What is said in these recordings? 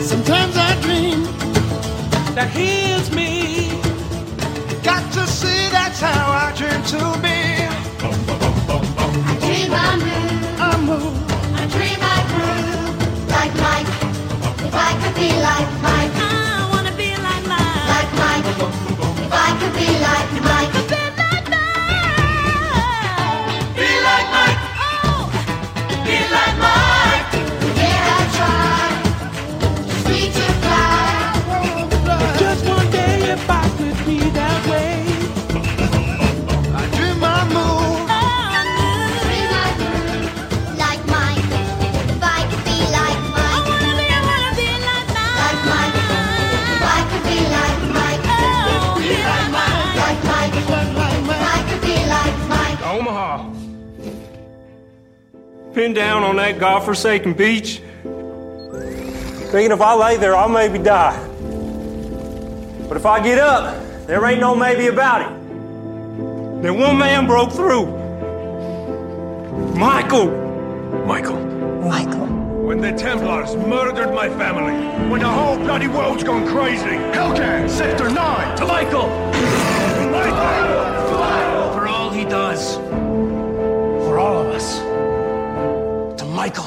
Sometimes I dream that heals me. Got to see that's how I dream to be. I dream I move, I move. I dream I groove like Mike. If I could be like Mike, I wanna be like mine. like Mike. If I could be like Mike, Be like Be like mine. Mike, Oh, be like Mike. yeah I try. Sweet to fly, Just one day if I could be that way. I dream I move. Oh, I knew. dream I groove like Mike. If I could be like I Mike, wanna be, I wanna be like like Mike. If I could be like Mike, Oh, be like mine. like Mike. If I could be like Mike. Omaha. Pinned down on that godforsaken beach. Thinking if I lay there, I'll maybe die. But if I get up, there ain't no maybe about it. Then one man broke through. Michael. Michael, Michael. When the Templars murdered my family. When the whole bloody world's gone crazy. Hellcat, Sector 9. To Michael. Michael! For all he does. For all of us. To Michael.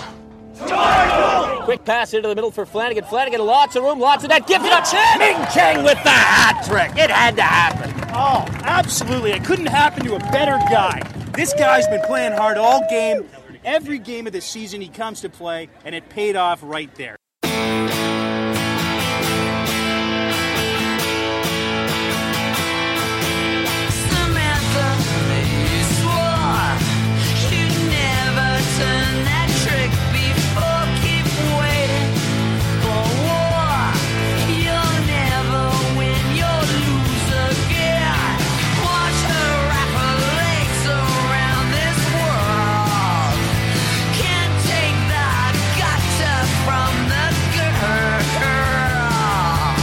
Quick pass into the middle for Flanagan. Flanagan, lots of room, lots of net. Give it a chance. Ming Chang with the hat trick. It had to happen. Oh, absolutely. It couldn't happen to a better guy. This guy's been playing hard all game. Every game of the season he comes to play, and it paid off right there. Samantha, you swore you'd never turn that trick before. Keep waiting for war. You'll never win. You'll lose again. Watch her wrap her legs around this world. Can't take that gutter from the girl,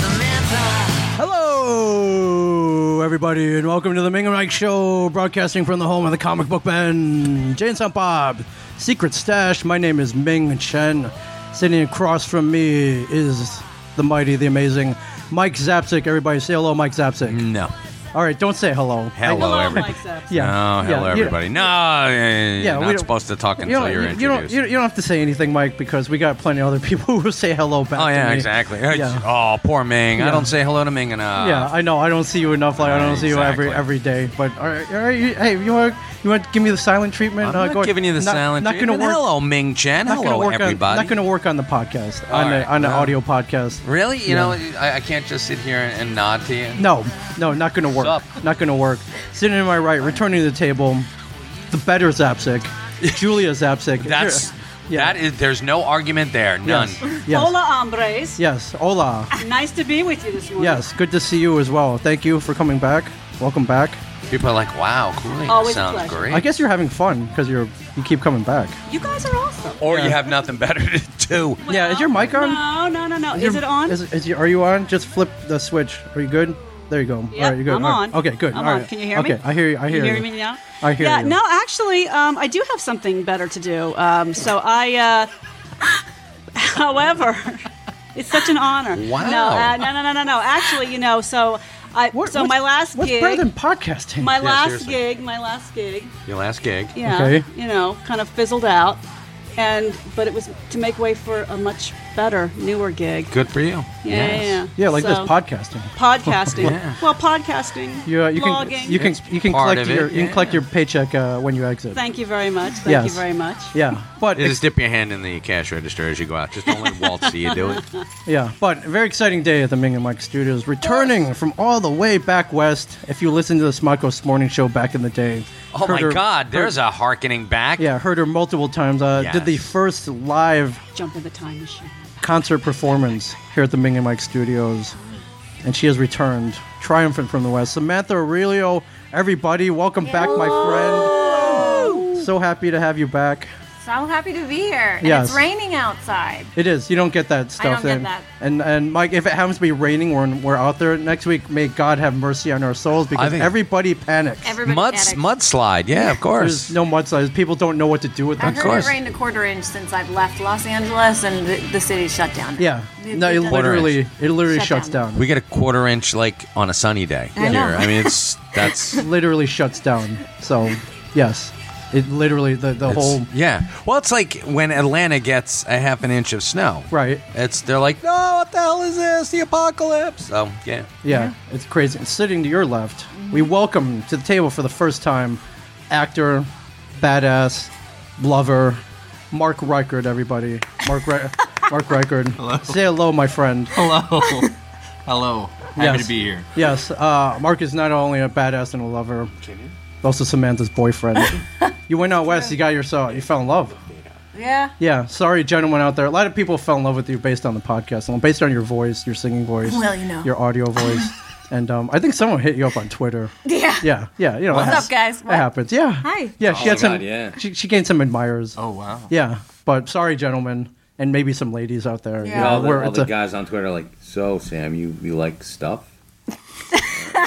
Samantha. Hello, everybody, and welcome to the Ming and Mike Show, broadcasting from the home of the comic book man, Jane St. Bob, Secret Stash. My name is Ming Chen. Sitting across from me is the mighty, the amazing Mike Zapsik. Everybody, say hello, Mike Zapsik. no. All right, don't say hello. Hello, everybody. Yeah. No, Oh, hello, yeah, you- everybody. No, eh, Yeah, you're we not don't- supposed to talk You until don't, you're you, you don't, introduced. you, don't- you don't have to say anything, Mike, because we got plenty of other people who say hello back oh, to yeah, me. exactly. Yeah. Oh, poor Ming. Yeah. I don't say hello to Ming enough. yeah, I know. I don't see you enough. Like I don't see you every Uh, Exactly. every day. But all right, all right you, hey, you want you want to give me the silent treatment? I'm Uh, not go ahead. giving you the Not- silent Not going to treatment. work. Hello, Ming Chen. not Hello, gonna work everybody. On, not going to work on the podcast on All the right, on the well. audio podcast. Really? You Yeah. know, I, I can't just sit here and, and nod to you. No, no, not going to work. Sup? Not going to work. Sitting to my right, returning to the table, the better Zapsik, Julia Zapsik. That's Yeah. that is. There's no argument there. None. Yes. yes. Hola, hombres. Yes, hola. Nice to be with you this morning. Yes, good to see you as well. Thank you for coming back. Welcome back. People are like, "Wow, cooling Always a sounds pleasure. great." I guess you're having fun because you're you keep coming back. You guys are awesome. or you have nothing better to do. yeah, is your mic on? No, no, no, no. Is, Your- it on? Is, is you, are you on? Just flip the switch. Are you good? There you go. Yep, All right, you're good. I'm All right. on. Okay, good. I'm All on. right. Can you hear me? Okay, I hear you. I hear you. you. me now? I hear yeah, you. No, actually, um, I do have something better to do. Um, so I, uh, however, it's such an honor. Wow. No, uh, no, no, no, no, no. Actually, you know, so I. What- so what's- my last What's gig. better than podcasting? my last seriously. gig. My last gig. Your last gig. Yeah. Okay. You know, kind of fizzled out, and but it was to make way for a much better, newer gig. Good for you. Yeah, Yes. yeah, yeah. yeah, like this So- podcasting. podcasting. Yeah. Well, podcasting. You, uh, you can blogging. you can It's you can part collect of it, your you can yeah. collect your paycheck uh, when you exit. Thank you very much. Thank Yes. you very much. yeah, but You just dip your hand in the cash register as you go out. Just don't let Walt see you do it. Yeah, but a very exciting day at the Ming and Mike Studios. Returning from all the way back west. If you listen to the Smokos Morning Show back in the day, Oh heard my her- God! heard- There's a harkening back. yeah, heard her multiple times. Uh, Did the Yes. first live Jump in the time machine. concert performance here at the Ming and Mike Studios, and she has returned triumphant from the west. Samantha Aurelio, everybody, welcome back, my friend. So happy to have you back. So happy to be here. And Yes. It's raining outside. It is. You don't get that don't get stuff. then. that. And and Mike, if it happens to be raining when we're out there next week, may God have mercy on our souls because think- everybody panics. Everybody Muds, panics. mudslide. Yeah, of course. There's no mudslides. People don't know what to do with I've them. heard it rained a quarter inch since I've left Los Angeles, and the, the city's shut down. now. Yeah. It- No, it it does- literally it literally Shut shuts down. We get a quarter inch like on a sunny day I know. here. I mean, it's that's literally shuts down. So, yes. It literally the the It's- whole yeah. Well, it's like when Atlanta gets a half an inch of snow. Right. It's they're like, no, what the hell is this? The apocalypse. So yeah, Yeah, it's crazy. And sitting to your left, we welcome to the table for the first time actor, badass, lover, Mark Reichard, everybody. Mark, Re- Mark Reichard. Hello. Say hello, my friend. Hello. Hello. Happy Yes. to be here. Yes, uh, Mark is not only a badass and a lover, but also Samantha's boyfriend. you went out west, you got yourself, you fell in love. Yeah. Yeah, sorry, gentlemen out there. A lot of people fell in love with you based on the podcast, and based on your voice, your singing voice, Well, you know. your audio voice, and um, I think someone hit you up on Twitter. Yeah. yeah, yeah. You know, What's it has- up, guys? It What? happens. Yeah. Hi. Yeah, she Oh had my some. God, yeah. She, she gained some admirers. Oh wow. Yeah, but sorry, gentlemen, and maybe some ladies out there. Yeah, all the, we're- all it's the a- guys on Twitter are like, so Sam, you, you like stuff?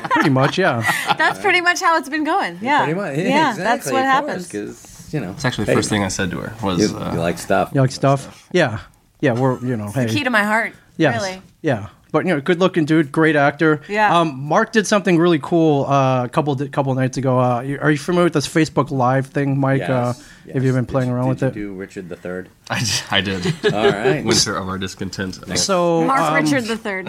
pretty much, yeah. That's pretty much how it's been going. Yeah. Pretty much. Yeah, that's what happens. Because you know, It's actually the first thing I said to her was, you, uh, you like stuff. You like stuff? Yeah, yeah. We're you know, hey. Key to my heart. Yes. Really. Yeah. But you know, good looking dude, great actor. Yeah. Um, Mark did something really cool uh, a couple couple nights ago. Uh, you- are you familiar with this Facebook Live thing, Mike? uh, Yes, Have you been playing around Did with you it? do Richard the Third? I, d- I did. All right. Winter of our discontent. So Mark um, Richard the Third.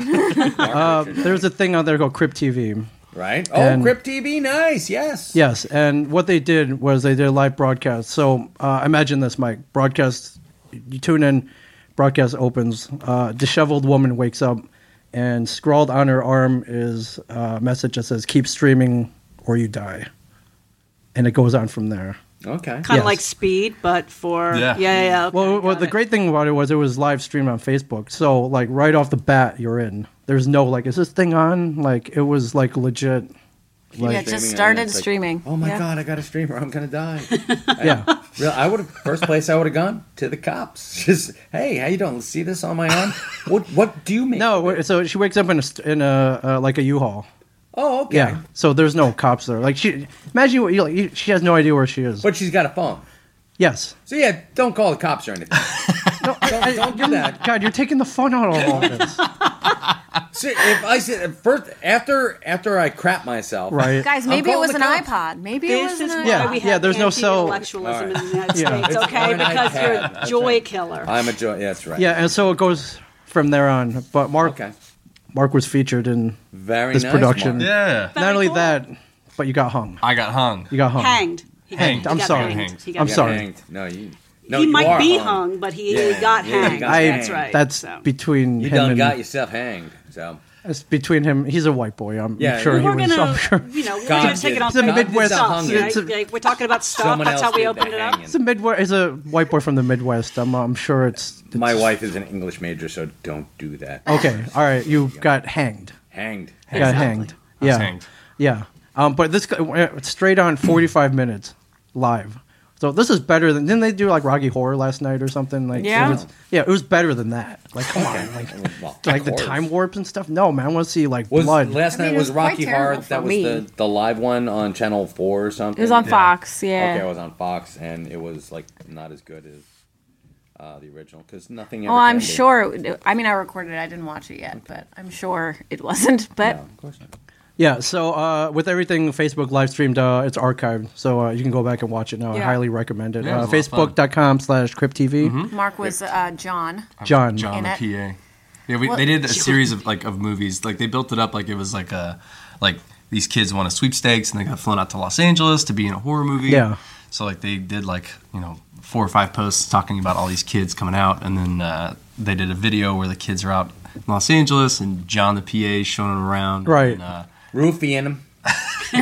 Uh, there's a thing out there called Crypt TV. Right. And- oh, Crypt TV, nice. Yes. Yes, and what they did was they did a live broadcast. So uh, imagine this, Mike. Broadcast, you tune in, broadcast opens. Uh, disheveled woman wakes up, and scrawled on her arm is uh, a message that says, "Keep streaming or you die," and it goes on from there. Okay. Kind of Yes. like speed, but for yeah, yeah, yeah. okay. well, well the great thing about it was it was live streamed on Facebook, so like right off the bat, you're in. There's no like, is this thing on? Like it was like legit. Like, yeah, it just started streaming. Oh my Yeah. God, I got a streamer. I'm gonna die. Yeah. Real, I would have first place I would have gone to the cops. Just hey, how you doing? See this on my arm? What What do you mean? No, wait, so she wakes up in a st- in a uh, like a U-Haul. Oh, okay. Yeah. So there's no cops there. Like she, imagine what you like. you- She has no idea where she is. But she's got a phone. Yes. So yeah, don't call the cops or anything. don't, don't do that. God, you're taking the fun out of all this. See, if I said first after after I crap myself, Right. Guys, I'm maybe it calling was the an cops. iPod. Maybe it This was is an why iPod. Yeah, we have yeah, there's no cell- intellectualism in the United Yeah. States, It's okay? on an Because iPad. you're a That's joy killer. I'm a joy. Yeah, that's right. Yeah, and so it goes from there on. But Mark, Mark was featured in Very this nice, production. Mark. Yeah. Not only that, but you got hung. I got hung. You got hung. Hanged. He got- Hanged. he I'm got sorry. hanged. He got I'm hanged. sorry. Hanged. No, you. No, he you might are be hung. hung, but he, Yeah, he got yeah, you hanged. got that's hanged. right. That's so. between You him done and got yourself hanged. So it's between him. He's a white boy. I'm Yeah, sure yeah. he We're was. gonna- I'm sure. You know, we're God going to take did- it on It's a God Midwest. did stuff, right? It's a- Like, we're talking about stuff. Someone That's how else we did opened it up. It's a midwest. It's a white boy from the Midwest. I'm, I'm sure it's, it's my wife is an English major, so don't do that. Okay, all right. You got hanged. Hanged. You Got hanged. Yeah. Yeah. Um, but this guy- uh, straight on 45 minutes live. So this is better than didn't they do like Rocky Horror last night or something like Yeah. It was, yeah, it was better than that. Like come on, like like the course. time warps and stuff. No man, I want to see like Was blood. last I mean, night it was was quite Rocky terrible Horror? That for was me. the the live one on Channel Four or something. It was on Fox, yeah. Okay, it was on Fox, and it was like not as good as uh, the original because nothing. Oh, ever I'm can be. sure. It, I mean, I recorded it. I didn't watch it yet, but I'm sure it wasn't. But Yeah, so uh, with everything Facebook live streamed, uh, it's archived, so uh, you can go back and watch it now. I Yeah. highly recommend it. Yeah, it uh, was a lot of Mm-hmm. Facebook.com slash Crypt TV. Mark was uh, John. John. John in the it. PA. Yeah, we, Well- they did a series of like of movies. Like they built it up like it was like a like these kids won a sweepstakes and they got flown out to Los Angeles to be in a horror movie. Yeah. So like they did like you know four or five posts talking about all these kids coming out, and then uh, they did a video where the kids are out in Los Angeles and John the PA is showing them around. Right. And, uh, Roofing them. The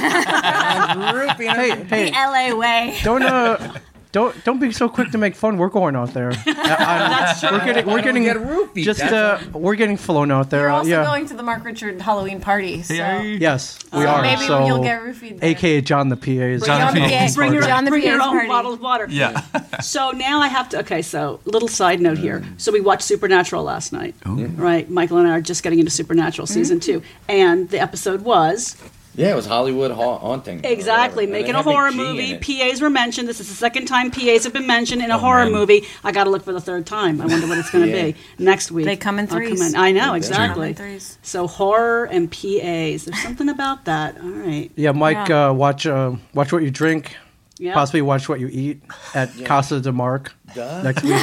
LA way. Don't uh, Don't don't be so quick to make fun. We're going out there. That's true. We're getting we're getting Get roofie, just that's uh, we're getting flown out there. uh, We're also yeah. going to the Mark Richard Halloween party. So. Yes, we So are. maybe so, you'll get roofied there. AKA John the PA is John the PA. Bring your, John the bring your PA's own party. bottle of water. Yeah. So now I have to. Okay, so little side note here. So we watched Supernatural last night, right? Michael and I are just getting into Supernatural season Mhm. two, and the episode was Yeah, it was Hollywood ha- haunting. exactly And they making a had Big horror G in movie. it. PA's were mentioned. This is the second time PA's have been mentioned Oh, in a horror movie. I got to look for the third time. I wonder what it's going to Yeah. be next week. They come in I'll threes. I know They do. Come exactly. in threes. So horror and PA's. There's something about that. All right. Yeah, Mike. Uh, watch uh, watch what you drink. Yeah. Possibly watch what you eat at Yeah. Casa de Mark Duh. next week.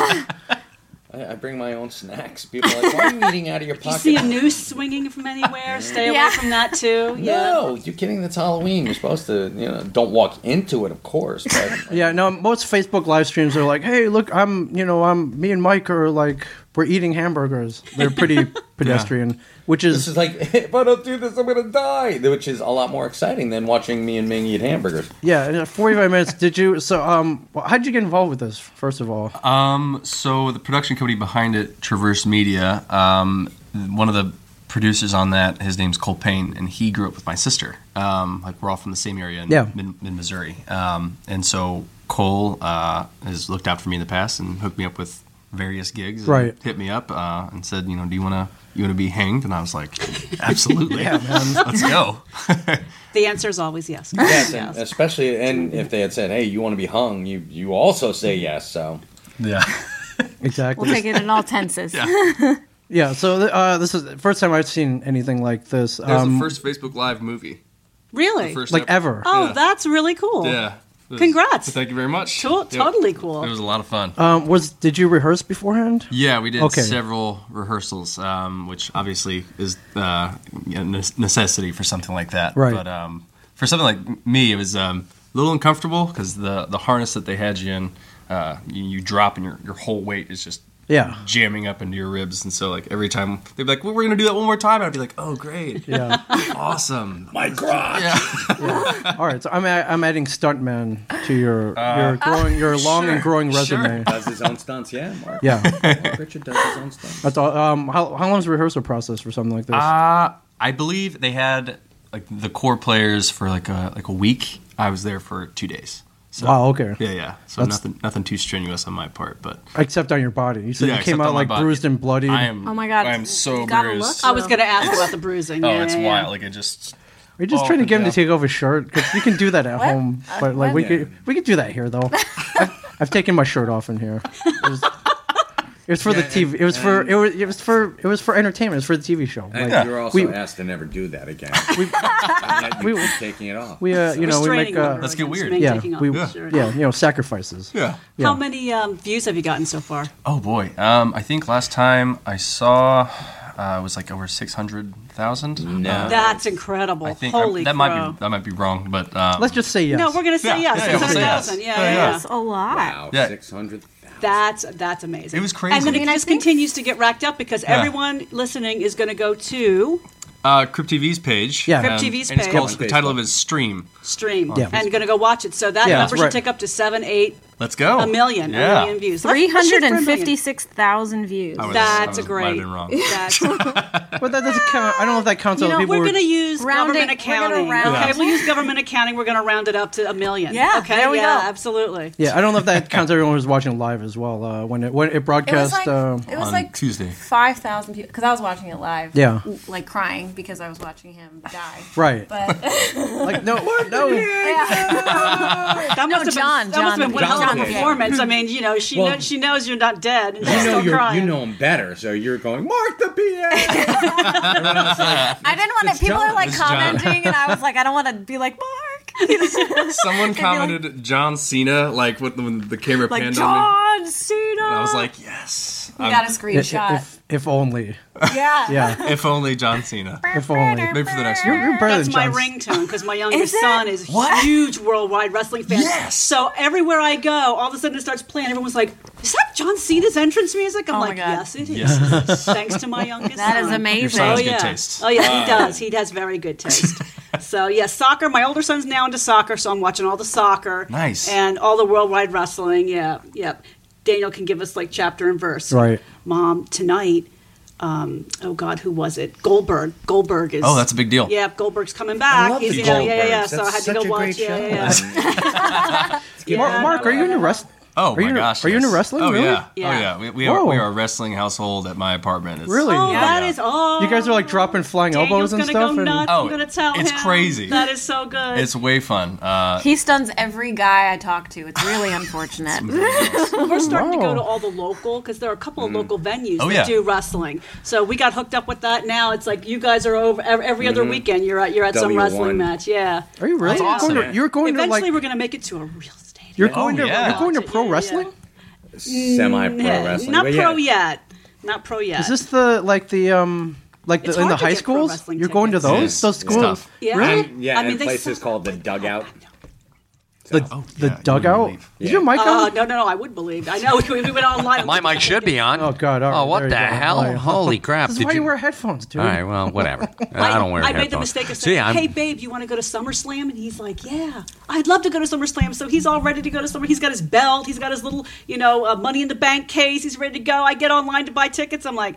I, I bring my own snacks. People are like, why are you eating out of your If you pocket? see a noose swinging from anywhere, stay away Yeah. from that too. Yeah. No, you're kidding. That's Halloween. You're supposed to, you know, don't walk into it, of course. But yeah, no. Most Facebook live streams are like, "Hey, look, I'm, you know, I'm, me and Mike are like, we're eating hamburgers." They're pretty pedestrian, which is this is like, if I don't do this, I'm gonna die, which is a lot more exciting than watching me and Ming eat hamburgers. yeah. and at 45 minutes. Did you? So, um, well, how'd you get involved with this? First of all, Um, so the production company behind it, Traverse Media, um, one of the producers on that, his name's Cole Payne, and he grew up with my sister. Um, like we're all from the same area in Yeah. mid, mid Missouri. Um, and so Cole uh, has looked out for me in the past and hooked me up with various gigs. and Right. Hit me up uh, and said, you know, do you wanna you wanna be hanged? And I was like, absolutely, Yeah, man. let's go. The answer is always yes. Yes, and especially, and if they had said, hey, you want to be hung, you you also say yes. So yeah, exactly. We'll take it in all tenses. yeah. So th- uh, this is the first time I've seen anything like this. That was Um, the first Facebook Live movie. Really? The first Like ep- ever. Oh, Yeah. that's really cool. Yeah. Congrats. Thank you very much. To- Yep. Totally cool. It was a lot of fun. um, was did you rehearse beforehand? Yeah, we did Okay. several rehearsals, um, which obviously is uh, a ne- necessity for something like that. Right. But um, for something like me, it was um, a little uncomfortable because the, the harness that they had you in, uh, you, you drop and your, your whole weight is just Yeah. jamming up into your ribs. And so, like, every time they'd be like, well, we're going to do that one more time. And I'd be like, oh, great. Yeah. awesome. My crotch. All right, so I'm a- I'm adding stuntman to your Uh, your growing your long and growing resume. Does his own stunts, yeah, Mark. Yeah. Mark Richard does his own stunts. That's all. Um, how how long's the rehearsal process for something like this? Uh, I believe they had like the core players for like a like a week. I was there for two days. So, Wow, Ah, okay. Yeah, yeah. So That's- nothing nothing too strenuous on my part, but except on your body. You said Yeah, you came except out on my like body. bruised and bloody. I am. Oh my God, I am so you gotta bruised. look, I was going to ask It's- about the bruising. uh, Oh, yeah, it's yeah, yeah. wild. Like it just. We're just Oh, trying to get him yeah. to take off his shirt because you can do that at home. But like we what? could we could do that here though. I've, I've taken my shirt off in here. It was, it was for the Yeah, TV. It was for it was it was for it was for entertainment. It was for the TV show. And Like, you're also we, asked to never do that again. We, and yet you keep taking it off. we uh, you know we make uh, Let's get weird. Yeah, taking off we, the yeah, shirt. yeah, you know sacrifices. Yeah. How many um, views have you gotten so far? Oh boy. Um, I think last time I saw uh, it was like over six hundred thousand. No. That's incredible. Uh, I think I- Holy that crow. might be that might be wrong, but um, Let's just say yes. No, we're going to say Yeah, yes. yeah, yeah, we'll say yes. 600,000. Yeah, Yeah, yeah, yeah. yeah. a lot. Uh, Yeah. Six hundred. That's that's amazing. It was crazy. And then I it mean, I just continues to get racked up because Yeah. everyone listening is going to go to uh, Crypt TV's page. Yeah. Crypt and- um, TV's and it's page. called- Yeah, on The title of it is Stream. stream On Yeah. and going to go watch it. So that Yeah, number that's should right. take up to seven, eight, Let's go. a million, a Yeah. million views. Um, Three Let's- let's shoot hundred for a and million. fifty-six thousand views. I was- I That's was- a might have great. been wrong. That's, But that doesn't count. I don't know if that counts. you other know, people we're were- going to use Rounding- government we're gonna accounting. round Okay, it. we'll use government accounting. We're going to round it up to a million. Yeah, Okay. there we yeah, go. Absolutely. Yeah, I don't know if that counts everyone who's watching live as well. Uh, when it when it broadcast like- um, it was On like- Tuesday. Five thousand people, because I was watching it live. Yeah. Like crying because I was watching him die. Right. But like no no. That must have John, been that must John have been one hell John of a did. performance. I mean, you know, she Well- knows she knows you're not dead, and she's You know, still you're, crying. you know him better, so you're going, Mark the I didn't want It's to. People John. are like It's John. commenting, and I was like, I don't want to be like Mark. Someone commented John Cena, like when, when the camera like panned on me. John Cena. freedom. And I was like, yes. We got a screenshot. If, if only. Yeah. Yeah. if only John Cena. If only. Maybe for the next You're, one. you're better That's than my John ringtone because my youngest it? son is a What? huge worldwide wrestling fan. Yes! So everywhere I go, all of a sudden it starts playing. Everyone's like, "Is that John Cena's entrance music?" I'm Oh my like, God. "Yes, it is." Yes. Thanks to my youngest. That is son. amazing. Your son has oh good yeah. taste. Oh yeah, Wow. he does. He has very good taste. so yeah, soccer. My older son's now into soccer, so I'm watching all the soccer. Nice. And all the worldwide wrestling. Yeah. Yep. Daniel can give us like chapter and verse. Right. Mom, tonight. Um, oh God, who was it? Goldberg. Goldberg is. Oh, that's a big deal. Yeah, Goldberg's coming back. love He's, the you know, yeah, yeah, yeah. Goldbergs. So I That's had to go such a watch. great Yeah, show. yeah, yeah. Mark, Yeah, Mark, no, are you into wrestling? Oh are you, my gosh! Are you yes. into wrestling? Oh really? yeah. Oh Yeah. yeah. We, we, are, Whoa. we are a wrestling household at my apartment. It's, Really? Oh, that is all. You guys are like dropping flying elbows Daniel's and gonna stuff. go and- nuts. Oh, I'm gonna tell it's him. crazy. That is so good. It's way fun. Uh, He stuns every guy I talk to. It's really unfortunate. We're starting to go Oh, Wow. to all the local because there are a couple of Mm. local venues Oh, that yeah. do wrestling. So we got hooked up with that. Now it's like you guys are over ev- every Mm-hmm. other weekend. You're at you're at some W1. wrestling match. Yeah. Are you really? That's awesome. Going to, you're going Eventually, to like we're gonna make it to a real you're Oh, going to yeah. you're going to pro wrestling? Semi pro Yeah, wrestling. Not but pro yeah. yet. Not pro yet. Is this the like the um like It's the, in the hard to high get pro schools? wrestling You're going to tickets. those It is. those It's schools? tough. yeah. Really? And, yeah, I mean, and they places called the dugout. The Oh, the yeah, you dugout? wouldn't Is your mic Oh on? no, no, no! I would believe. I know we, we went online. My mic should be on. Oh god! all right, Oh, what there the you go. Oh, hell? yeah. Holy crap! This is Did why you... you- wear headphones, dude. All right, well, whatever. I don't wear I headphones. made the mistake of See, saying, I'm- "Hey, babe, you want to go to SummerSlam?" And he's like, "Yeah, I'd love to go to SummerSlam." So he's all ready to go to Summer. He's got his belt. He's got his little, you know, uh, Money in the Bank case. He's ready to go. I get online to buy tickets. I'm like.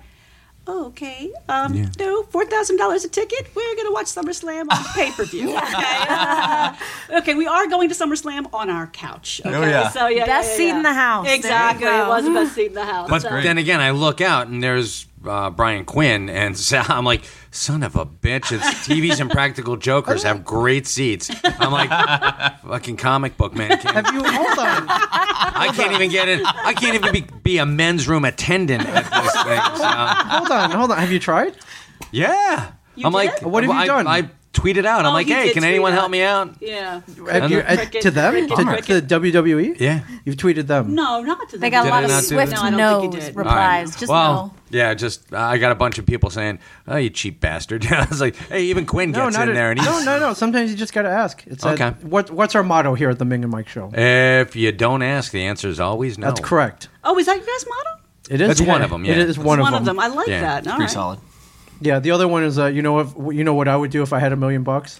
"Oh, Okay. Um, No, four thousand dollars a ticket. We're gonna watch SummerSlam on pay per view. Okay. Uh, okay. We are going to SummerSlam on our couch. Oh, Okay. yeah. So yeah. Best yeah, yeah, seat yeah. in the house. There you Exactly. It go. was the best seat in the house. But So- then again, I look out and there's uh, Brian Quinn, and so I'm like, son of a bitch. It's TVs and Practical Jokers have great seats. I'm like, fucking comic book man. Can't, Have you hold on? I can't even get in. I can't even be, be a men's room attendant at this thing. Hold on, hold on. Have you tried? So, yeah, I'm like, What have you I- done? I, tweeted out. I'm Oh, like, he hey, did can anyone tweet help out. me out? yeah. Have you, uh, Cricket, to them? cricket, to cricket. the WWE? Yeah. You've tweeted them. No, not to They got Did a I lot of not do swift that? No, I don't think you no's did. All right. replies. Just well, no. yeah, just I got a bunch of people saying, "Oh, you cheap bastard!" I was like, "Hey, even Quinn No, gets not in at- there." And he's, no, no, no. Sometimes you just gotta ask. It's a- Okay. what What's our motto here at the Ming and Mike Show? If you don't ask, the answer is always no. That's correct. Oh, is that your guys' motto? It is That's one of 'em, yeah. It is one, one of, them. I like Yeah, that. It's All pretty right. solid. Yeah. The other one is, uh, you know what? You know what I would do if I had a million bucks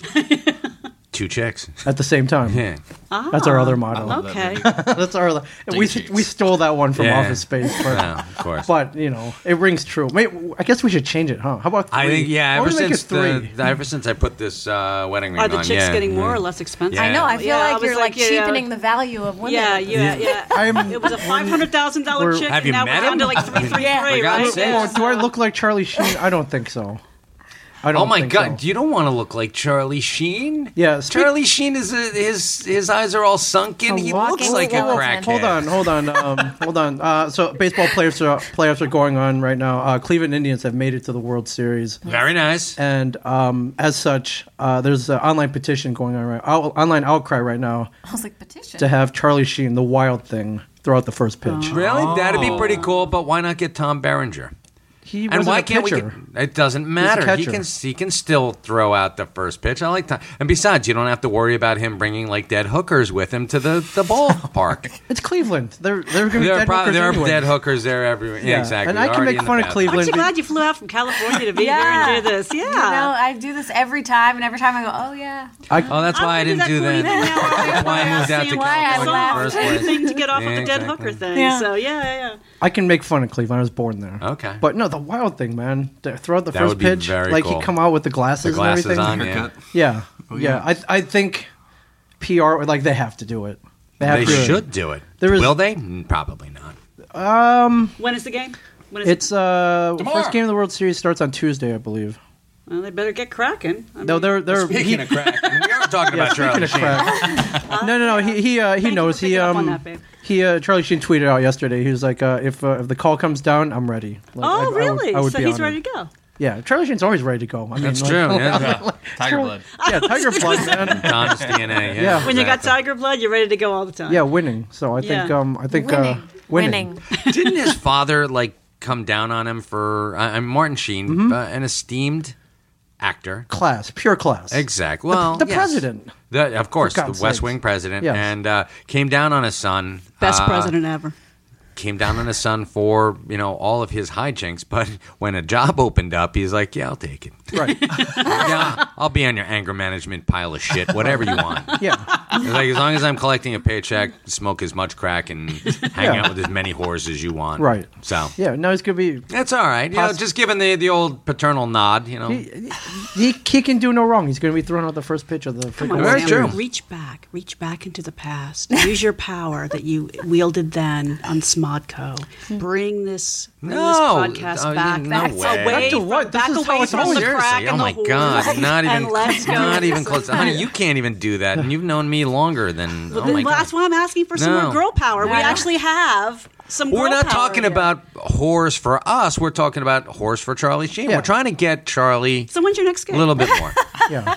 Two chicks. at the same time. Yeah. That's our other motto. love Ah, Okay. That's our. other- We Two chicks. we stole that one from Yeah. Office Space, but No, of course. but you know it rings true. Wait, I guess we should change it, huh? How about three? I think yeah. Why Ever don't we make since it three? the ever since I put this uh, wedding ring Are the on, chicks yeah, getting more yeah. or less expensive? Yeah. I know. I feel Yeah, I like was you're like, like, yeah. cheapening the value of women. Yeah, yeah, yeah. I'm- oh, it was a five hundred thousand dollar We're- chick, Have and you now met we're down to him? like three, three, three, Yeah. For God's right? sake. Well, do I look like Charlie Sheen? I don't think so. I don't. Oh my think God! So. You don't want to look like Charlie Sheen. Yeah, speak- Charlie Sheen is a, his his eyes are all sunken. A He walking looks like a skeleton. crackhead. Hold on, hold on, um, hold on. Uh, so baseball playoffs are playoffs are going on right now. Uh, Cleveland Indians have made it to the World Series, Very nice. and um, as such, uh, there's an online petition going on right, out, online outcry right now I was like, petition. Oh. to have Charlie Sheen, the Wild Thing, throw out the first pitch. Really, that'd be pretty cool. But why not get Tom Berenger? He And wasn't why a can't pitcher. we? Get, it doesn't matter. He catcher. can he can still throw out the first pitch. I like that. And besides, you don't have to worry about him bringing like dead hookers with him to the the ballpark. It's Cleveland. They're they're going to be there are dead prob- hookers there are anyway. dead hookers there everywhere. Yeah, Yeah, exactly. and I They're can already make in the fun of bathroom. Cleveland. Aren't you glad you flew out from California to be Yeah. here and do this? Yeah. You know, Oh, I do this every time, and every time I go, oh yeah. Oh, that's why I I'm didn't gonna do that. That's why I moved out to Sam, why I California in the laughed. first place. thing to get off Yeah, of the dead exactly. hooker thing. Yeah. So yeah, yeah, yeah. I can make fun of Cleveland. I was born there. Okay. But no, the wild thing, man. Th- Throw out the That first would be pitch. very like cool. he come out with the The glasses, glasses and on. everything. Yeah. Yeah. yeah. Oh, yeah. I I think PR like they have to do it. They have They to do it. should do it. There is- Will they? Mm, Probably not. When is the game? When is It's uh Tomorrow. first game of the World Series starts on Tuesday, I believe. it? Well, they better get cracking. I No, mean, they're they're he- Speaking of crack, we are talking yeah, about speaking Charlie of Sheen. crap. no, no, no. He he uh, he Thank you knows. for He picking up on um that, babe. he uh, Charlie Sheen tweeted out yesterday. He was like, uh, if uh, if the call comes down, I'm ready. Like, I- I Oh, would- really? I would so be he's honored. ready to go. Yeah, Charlie Sheen's always ready to go. I mean, That's like- true. Yeah. Tiger blood. Yeah, Tiger Blood, man. Don's DNA. Yeah. Yeah. When you got exactly. tiger blood, you're ready to go all the time. Yeah, winning. So I think Yeah. um I think uh, Winning. Winning. Didn't his father like come down on him for? uh, I I'm Martin Sheen, Mhm. uh, an esteemed actor. class, pure class. Exactly. The- Well, the, yes. president. The- of course, For the God's West sakes. Wing president, Yes. and uh, came down on his son. Best uh, president ever. Came down on his son for you know all of his hijinks, but when a job opened up, he's like, "Yeah, I'll take it. Right. yeah, I'll be on your anger management pile of shit, whatever you want. Yeah. It's like as long as I'm collecting a paycheck, smoke as much crack and hang Yeah. out with as many whores as you want. Right. So Yeah. Now he's gonna be. that's all right. You know, Poss- just giving the the old paternal nod. You know, He, he, he can do no wrong. He's gonna be thrown out the first pitch of the. Come freaking on, series. Stanley, reach back, reach back into the past. Use your power that you wielded then on Smodco. Bring this, bring this No, podcast oh, back, no back way. away, Back to from- what? This back is how away it's from always- the Seriously, crack oh and the my whores. god, not even and let's go not to even close. Honey, society. you can't even do that, and you've known me longer than. Well, oh my then god. that's why I'm asking for some No. more girl power. We No. actually have some. Girl We're not power talking here. about whores for us. We're talking about whores for Charlie Sheen. We're trying to get Charlie So when's your next a game? little bit more. yeah,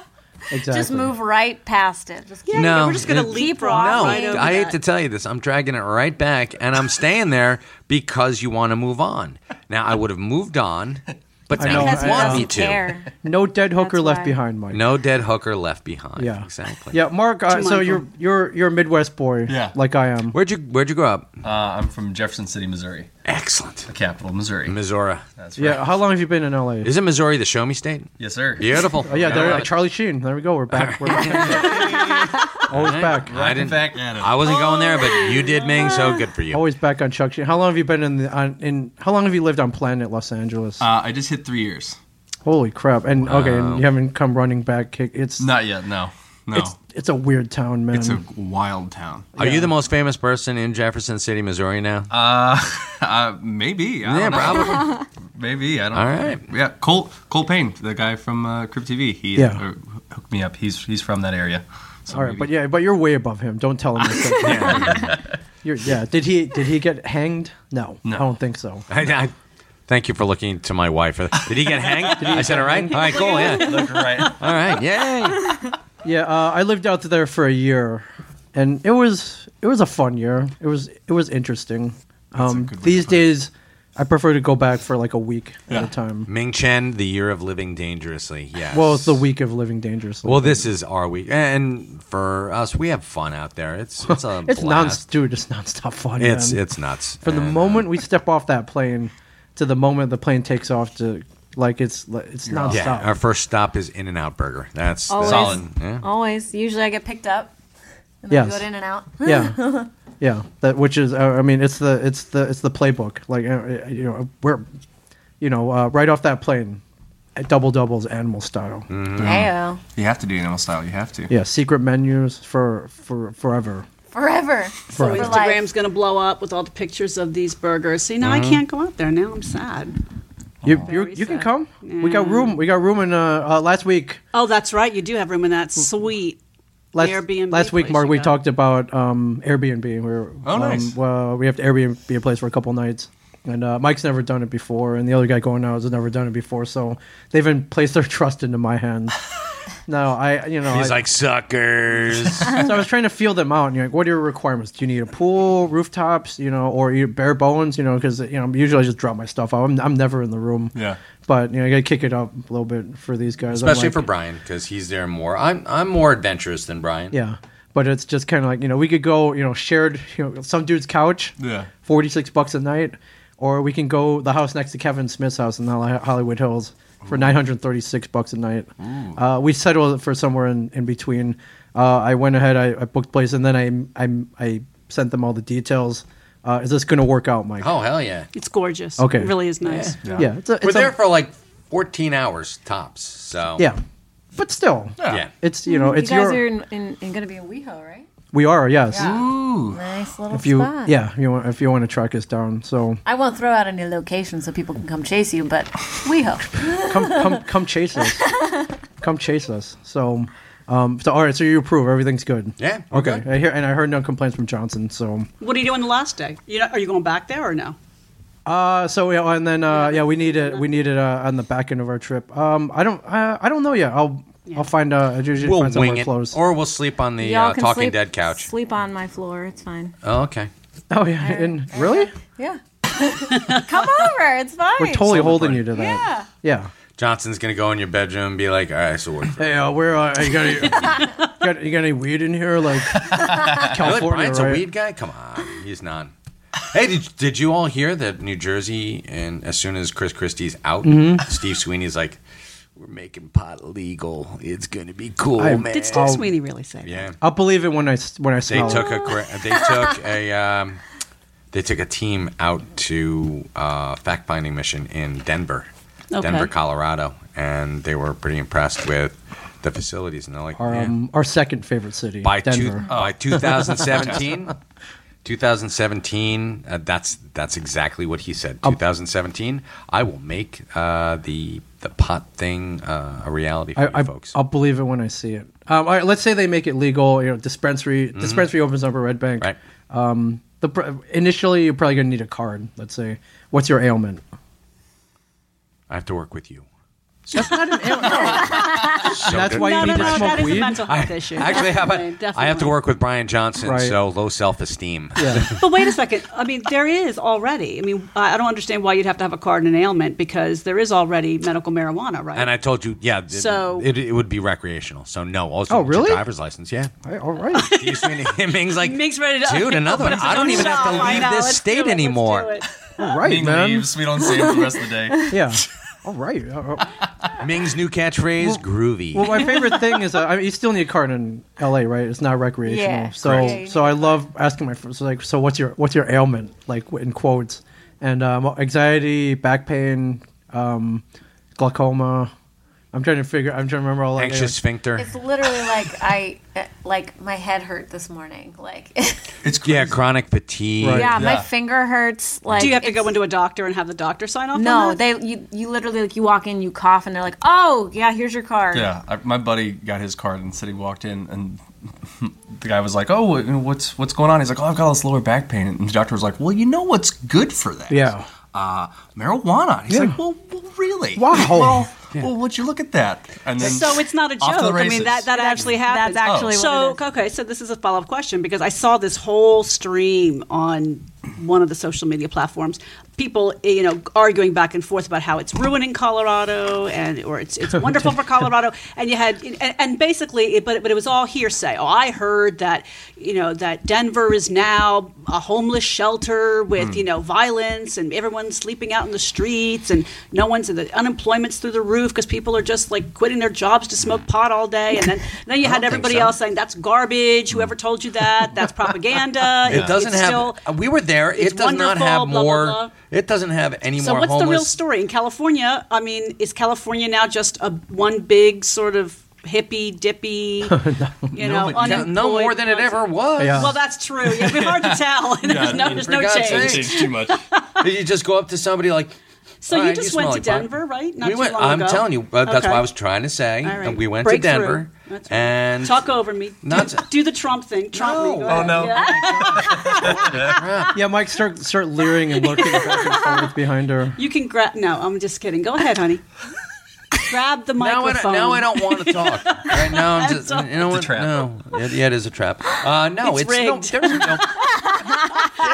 exactly. Just move right past it. Just keep- no, it- keep No, walking. I hate to tell you this. I'm dragging it right back, and I'm staying there because you want to move on. Now I would have moved on, but I now know, you I want know. me to. No dead hooker left why. behind, Mike. No dead hooker left behind. Yeah. exactly. Yeah, Mark. Uh, To so Michael. you're you're you're a Midwest boy, Yeah. like I am. Where'd you Where'd you grow up? Uh, I'm from Jefferson City, Missouri. Excellent. The capital, Missouri. Missouri. That's right. Yeah. How long have you been in LA? Isn't Missouri the Show Me State? Yes, sir. Beautiful. Oh, yeah, there, Gotta love it. Charlie Sheen. There we go. We're back. We're always back. I didn't. I wasn't going there, but you did, Ming. So Oh. good for you. Always back on Chuck Sheen. How long have you been in the on in? How long have you lived on planet Los Angeles? Uh, I just hit three years. Holy crap! And okay, Wow. and you haven't come running back. Kick. It's Not yet. No. No. It's it's a weird town, man. It's a wild town. Are you the most famous person in Jefferson City, Missouri now? Uh, uh maybe. I Yeah, don't know. maybe. I don't. All right. Yeah, Cole Cole Payne, the guy from uh, Crib TV, he Yeah. uh, hooked me up. He's he's from that area. So All right, but yeah, but you're way above him. Don't tell him. This You're, yeah. Did he did he get hanged? No, I don't think so. I, I- thank you for looking to my wife. Did he get hanged? Did he I said get all right. hanged? All right, cool. Yeah. Look right. All right. Yay. Yeah, uh, I lived out there for a year, and it was it was a fun year. It was it was interesting. Um, these days, I prefer to go back for like a week at a time. Ming Chen, the year of living dangerously. Yes. Well, it's the week of living dangerously. Well, this is our week, and for us, we have fun out there. It's it's a it's non blast. dude, it's nonstop fun. It's man. it's nuts. From the Uh, And, uh, moment we step off that plane to the moment the plane takes off to like it's it's nonstop. yeah, our first stop is In and Out Burger. That's Oh, Always. solid. Yeah. Always. Usually I get picked up and then Yes. go in and out. Yeah. Yeah, that which is uh, I mean it's the it's the it's the playbook. Like uh, uh, you know we're you know uh, right off that plane, uh, double doubles animal style. Heyo. Mm-hmm. You have to do animal style. You have to. Yeah, secret menus for for forever. Forever. So Forever. Instagram's going to blow up with all the pictures of these burgers. See, now Uh-huh. Mhm. I can't go out there. Now I'm sad. You you, you can come. We got room. We got room in uh, uh last week. Oh, that's right. You do have room in that Mm-hmm. sweet Last, Airbnb. last week, place Mark, you we got. talked about um, Airbnb. We were, Oh, um, nice. Well, we have to Airbnb a place for a couple nights, and uh, Mike's never done it before, and the other guy going out has never done it before. So they've been placed their trust into my hands. no, I you know He's I- like suckers. so I was trying to feel them out. And you're like, what are your requirements? Do you need a pool, rooftops, you know, or you bare bones, you know? Because you know, usually I just drop my stuff out. I'm, I'm never in the room. Yeah. But you know, I got to kick it up a little bit for these guys, I'm Especially like- for Brian because he's there more. I'm I'm more adventurous than Brian. Yeah. But it's just kind of like you know, we could go you know shared you know some dude's couch. Yeah. Forty six bucks a night, or we can go the house next to Kevin Smith's house in the Hol- Hollywood Hills for nine hundred thirty six bucks a night. Uh, we settled for somewhere in, in between. Uh, I went ahead, I, I booked place, and then I, I I sent them all the details. Uh, is this going to work out, Mike? Oh hell yeah. It's gorgeous. Okay. It really is nice. Yeah. Yeah, it's a- it's We're there a- for like 14 hours tops. So Yeah, but still, Yeah. it's you know, it's Mm, you guys your are in, in, in going to be in WeHo, right? we are yes. Yeah. Nice little If you spot. yeah, you want, if you want to track us down, so I won't throw out any locations so people can come chase you, but WeHo. come come come chase us. come chase us. So um so all right, so you approve, everything's good. Yeah. Okay. I hear and I heard no complaints from Johnson, so What are you doing the last day? You know, are you going back there or no? uh so yeah, and then uh yeah, we need it we need it uh, on the back end of our trip. Um I don't uh, I don't know yet. I'll I'll find uh I usually We'll find wing somewhere it, close. or we'll sleep on the Y'all uh, can Talking sleep- Dead couch. Sleep on my floor. It's fine. Oh, okay. Oh yeah, and really? Yeah. Come over. It's fine. We're totally holding you to that. Yeah. Johnson's gonna go in your bedroom and be like, "All right, so what?" Hey, uh, where uh, you got? Any, you got you got any weed in here? Like Really, California, Brian's right? a weed guy. Come on, he's not. Hey, did, did you all hear that New Jersey? And as soon as Chris Christie's out, Mhm. Steve Sweeney's like, "We're making pot legal. It's gonna be cool, I- man." Did Steve Sweeney really say that? Yeah, I'll believe it when I s- when I they smell. it. took a gra- they took a um, they took a team out to uh, fact finding mission in Denver, Okay. Denver, Colorado, and they were pretty impressed with the facilities. And they're like, our "Yeah." um, our second favorite city, by two, uh, Denver. by 2017 2017 uh, that's that's exactly what he said 2017 i will make uh, the the pot thing uh, a reality for you I, I, folks I'll believe it when I see it. Um, all right, let's say they make it legal. You know, dispensary Mhm. dispensary opens up a Red Bank. Right. Um, the pr- initially you're probably gonna need a card. Let's say, what's your ailment? i have to work with you That's not an That's why you No, need no, to no, smoke that is a weed? mental health issue. actually how about, Definitely, i have to definitely. work with brian johnson Right. so low self-esteem But wait a second. I mean, there is already. I mean, I I don't understand why you'd have to have a card and an ailment because there is already medical marijuana, right? and i told you yeah th- So- it, it would be recreational so no also Oh, it's your really? driver's license yeah all right. Ming's like, Ming's ready to dude, another one. open his I don't own even have to shop. I leave know, this let's state anymore. All right, Ming man. leaves. We don't see him for the rest of the day. Yeah. All right. Uh, uh, Ming's new catchphrase, groovy. Well, my favorite thing is uh, I mean, you still need a card in L.A. Right? It's not recreational. Yeah. So Correct. Yeah, you so I love asking my friends like, so what's your what's your ailment like w- in quotes? And um, anxiety, back pain, um, glaucoma. I'm trying to figure. I'm trying to remember all that. Anxious sphincter. It's literally like I uh, like my head hurt this morning. Like It's yeah, chronic fatigue. yeah, my finger hurts. Like Do you have to it's- go into a doctor and have the doctor sign off? No, on that? they you, you literally like you walk in, you cough, and they're like, "Oh yeah, here's your card." Yeah, I, my buddy got his card and said he walked in and the guy was like, "Oh, what- what's what's going on?" He's like, "Oh, I've got all this lower back pain," and the doctor was like, "Well, you know what's good for that? Yeah. uh, marijuana." He's Yeah. like, well, "Well, really? Wow. Well, well, would you look at that?" And then so it's not a off to the joke. I mean, that, races. that actually happened. that's actually what so. Okay, so this is a follow up question because I saw this whole stream on one of the social media platforms. People, you know, arguing back and forth about how it's ruining Colorado and or it's it's wonderful for Colorado. And you had and, and basically, it, but but it was all hearsay. Oh, I heard that you know that Denver is now a homeless shelter with Hmm. you know violence and everyone's sleeping out in the streets and no one's the unemployment's through the roof because people are just like quitting their jobs to smoke pot all day. And then and then you I had don't think everybody so. else saying that's garbage. Whoever told you that? That's propaganda. Hmm. It doesn't Uh, it's have. uh, still- we were there. it's It does not wonderful, have blah, blah, more. blah. It doesn't have any so more what's the real homeless. story in California? I mean, is California now just a one big sort of hippy dippy? You No, know, but no- unemployed no more than it ever was. Yeah. Well, that's true. Yeah, it'd be hard to tell. there's no, there's For no God's change. sakes. you just go up to somebody like. So "All you right, just smell went to like pot." Denver, right? Not we too went. long I'm ago. telling you, uh, that's Okay. what I was trying to say. All right. And we went Breakthrough. to Denver, That's right. and Talk over me. Not- do, do the Trump thing. Trump me. Go Oh, ahead. no. Yeah. yeah, Mike, start start leering and looking back and forth behind her. you can grab. No, I'm just kidding. Go ahead, honey. Grab the Now I, microphone. don't- now I don't want to talk. Right now, I'm just, That's you know what? No, it, yeah, it is a trap. Uh, no, It's it's, no, rigged. there's no,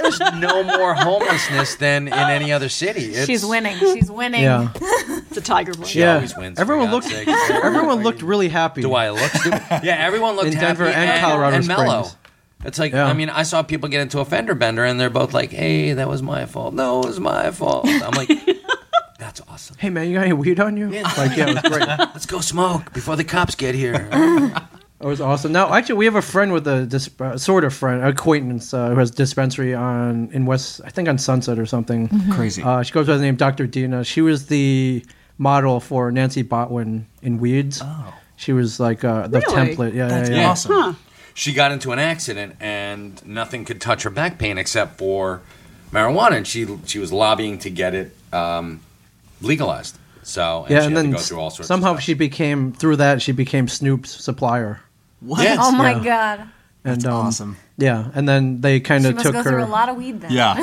there's no more homelessness than in any other city. It's, She's winning. She's winning. Yeah. it's a tiger voice. She always wins. Everyone looked. Everyone looked really happy. Do I look stupid? Yeah, everyone looked in Denver happy and, Colorado and mellow. Springs. It's like Yeah. I mean I saw people get into a fender bender and they're both like, "Hey, that was my fault. No, it was my fault." I'm like, Hey man, you got any weed on you? Like yeah, it was great. "Let's go smoke before the cops get here." It was awesome. Now, actually, we have a friend with a dis- uh, sort of friend acquaintance uh, who has a dispensary on in West, I think on Sunset or something. Mhm. Crazy. Uh, she goes by the name Dr. Dina. She was the model for Nancy Botwin in Weeds. Oh. She was like uh, the template. Yeah, yeah, yeah. She got into an accident and nothing could touch her back pain except for marijuana, and she she was lobbying to get it um, legalized. So and yeah, she and had then to go through all sorts. somehow she became through that she became Snoop's supplier. What? Yes. Oh my Yeah. god. And, um, awesome. Yeah, and then they kind She of must took go her. through a lot of weed then. yeah.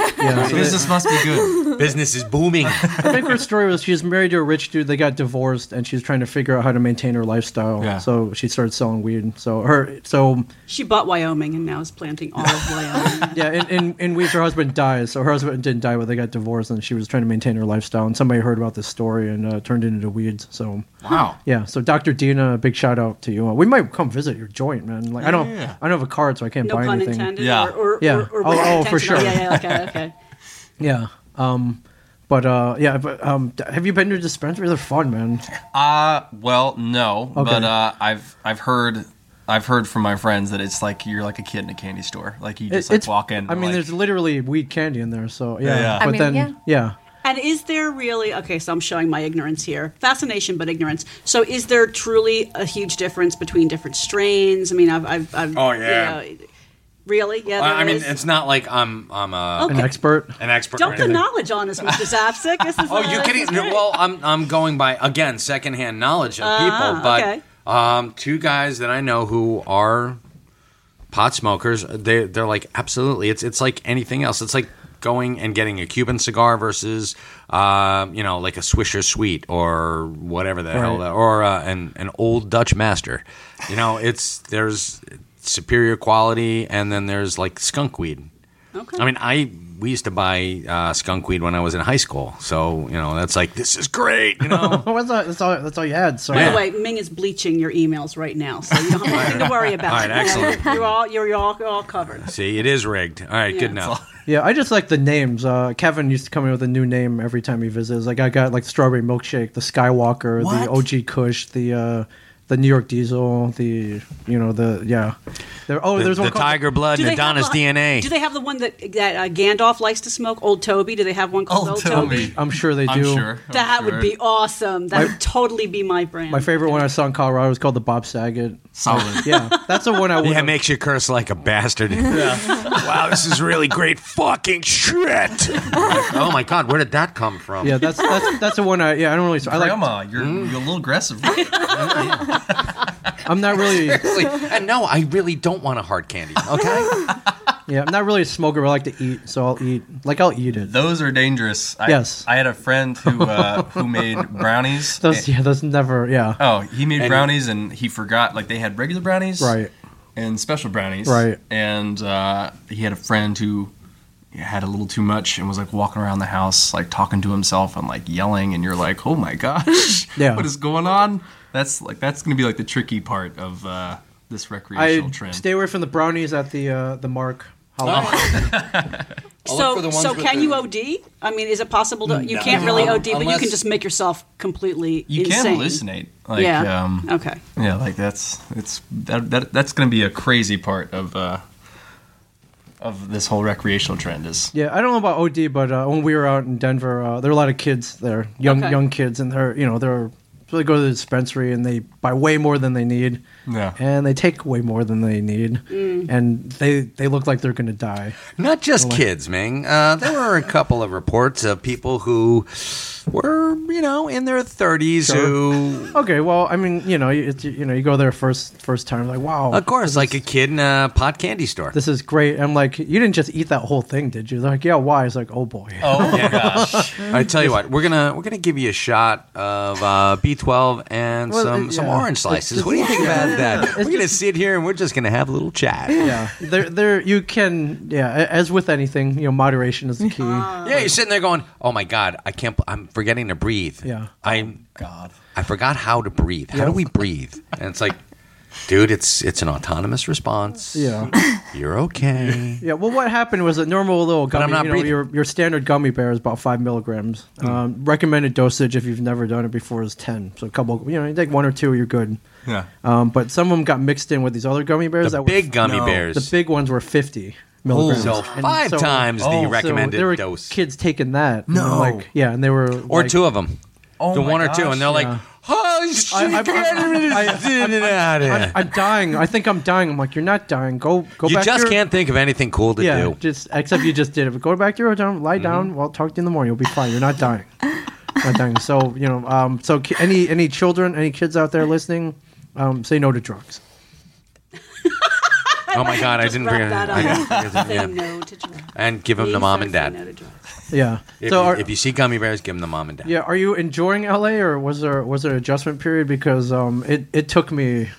Business must be good. Business is booming. I think her story was she was married to a rich dude. They got divorced, and she was trying to figure out how to maintain her lifestyle. Yeah. So she started selling weed. So her so She bought Wyoming and now is planting all of Wyoming. yeah, and, and, and Weeds, her husband dies. So her husband didn't die, but they got divorced, and she was trying to maintain her lifestyle. And somebody heard about this story and uh, turned it into Weeds. So Wow. yeah. So Dr. Dina, big shout out to you. Uh, We might come visit your joint, man. Like I don't Yeah. I don't have a card, so I can't No buy pun anything. intended. Or, or, yeah. Or, or oh, oh, for sure. intentional. Yeah, yeah, okay, okay. Yeah. Um, but uh, yeah. But um, d- have you been to dispensaries? They're fun, man. Uh well, no, Okay. but uh, I've I've heard I've heard from my friends that it's like you're like a kid in a candy store. Like you It- just like it's- walk in. I mean, like, there's literally weed candy in there, so yeah. Yeah. I But mean, then yeah. yeah. yeah. And is there really, okay, so I'm showing my ignorance here. Fascination, but ignorance. So is there truly a huge difference between different strains? I mean, I've. I've, I've Oh, yeah. you know, really? Yeah. I there I mean, is? it's not like I'm I'm a, Okay. An expert. An expert. or Dump the anything. knowledge on us, Mr. Zapsik. This is, Oh, uh, you this kidding? is No, great. Well, I'm I'm going by again secondhand knowledge of Ah, people, but okay. um, two guys that I know who are pot smokers, they they're like absolutely. It's it's like anything else. It's like going and getting a Cuban cigar versus um, you know like a Swisher Sweet or whatever the hell Right. that, or uh, an an old Dutch Master. You know, it's there's superior quality, and then there's like skunk weed. Okay. I mean, I we used to buy uh, skunk weed when I was in high school, so you know that's like this is great. You know, What's that? That's all. That's all you had. So By the way, Ming is bleaching your emails right now, so you don't have anything to worry about. All right, excellent. You're all you're, you're all, you're all covered. see, it is rigged. All right, Yeah. good enough. yeah, I just like the names. Uh, Kevin used to come in with a new name every time he visits. Like I got like strawberry milkshake, the Skywalker, the OG Kush, the uh, the New York Diesel, the you know the yeah. There, oh, The- there's one the called- Tiger Blood Do and they have Adonis the- DNA. Do they have the one that that uh, Gandalf likes to smoke? Old Toby. Do they have one called Old, Toby? I'm sure they do. I'm sure. I'm That sure. would be awesome. That My- would totally be my brand. My favorite one I saw in Colorado was called the Bob Saget. Solid. yeah, that's the one I would. Yeah, makes you curse like a bastard. wow, this is really great fucking shit. oh my god, where did that come from? Yeah, that's that's that's the one I. Yeah, I don't really. I like. Mm. Grandma, you're, you're a little aggressive. I'm not really. Seriously. And no, I really don't want a hard candy. Okay. Yeah, I'm not really a smoker. But I like to eat, so I'll eat. Like I'll eat it. Those are dangerous. I, Yes. I had a friend who uh, who made brownies. Those, yeah, those never. Yeah. Oh, he made And- brownies and he forgot. Like they had regular brownies, Right. and special brownies, Right. And uh, he had a friend who had a little too much and was like walking around the house, like talking to himself and like yelling. And you're like, oh my gosh, Yeah. what is going on? That's like that's gonna be like the tricky part of uh, this recreational I trend. stay away from the brownies at the uh, the mark. So, so can you OD? I mean, is it possible to? You No. can't really Um, OD, but you unless- can just make yourself completely you can insane. hallucinate. Like, yeah. Um, okay. Yeah, like that's it's that, that that's going to be a crazy part of uh, of this whole recreational trend is. Yeah, I don't know about OD, but uh, when we were out in Denver, uh, there were a lot of kids there, young Okay. young kids, and they're you know they're so they go to the dispensary and they buy way more than they need. Yeah. And they take way more than they need, Mm. and they they look like they're gonna die. Not just kids, Ming. Uh, there were a couple of reports of people who were, you know, in their 30s who. Okay, well, I mean, you know, it's you know, you go there first first time, like wow, Of course, like a kid in a pot candy store. this is great. I'm like, you didn't just eat that whole thing, did you? They're like, yeah, why? It's like, oh boy. Oh my gosh! I tell you what, we're gonna we're gonna give you a shot of uh, B12 and Well, some it- some yeah. orange slices. It's what do you just- think about yeah. that? It's we're gonna sit here and we're just gonna have a little chat. yeah, there, there, you can, yeah. a- As with anything, you know, moderation is the key. Yeah, you're sitting there going, "Oh my God, I can't! I'm forgetting to breathe. Yeah. Oh I'm God. I forgot how to breathe. How Yeah. do we breathe?" And it's like, dude, it's it's an autonomous response. Yeah. you're okay. Yeah, well, what happened was a normal little But gummy. I'm not you know, breathing. Hmm. your your standard gummy bear is about five milligrams. Um, recommended dosage if you've never done it before is ten. So a couple, you know, you take one or two, you're good. Yeah. Um, but some of them got mixed in with these other gummy bears. The that were, big gummy No. bears. The big ones were fifty milligrams. So And five times the so recommended there were dose. Kids taking that. and No. like yeah, and they were Or like- two of them. Oh the my one or two, gosh, and they're like, yeah. "Oh shit, out I'm, I'm dying. I think I'm dying. I'm like, you're not dying. Go go You back. just to your- can't think of anything cool to yeah, do. Mm-hmm. just except you just did it. But go back to your hotel, lie down. Well, talk to you in the morning. You'll be fine. You're not dying. not dying. So you know. Um. So ki- any any children, any kids out there listening, um, say no to drugs. oh my I god, I just didn't wrap bring that I didn't up. forget Say yeah. no to drugs. And give them to Please mom don't and say dad. no to drugs. Yeah. If, So you, are- if you see gummy bears, give them to mom and dad. Yeah, are you enjoying LA or was there was there an adjustment period because um it, it took me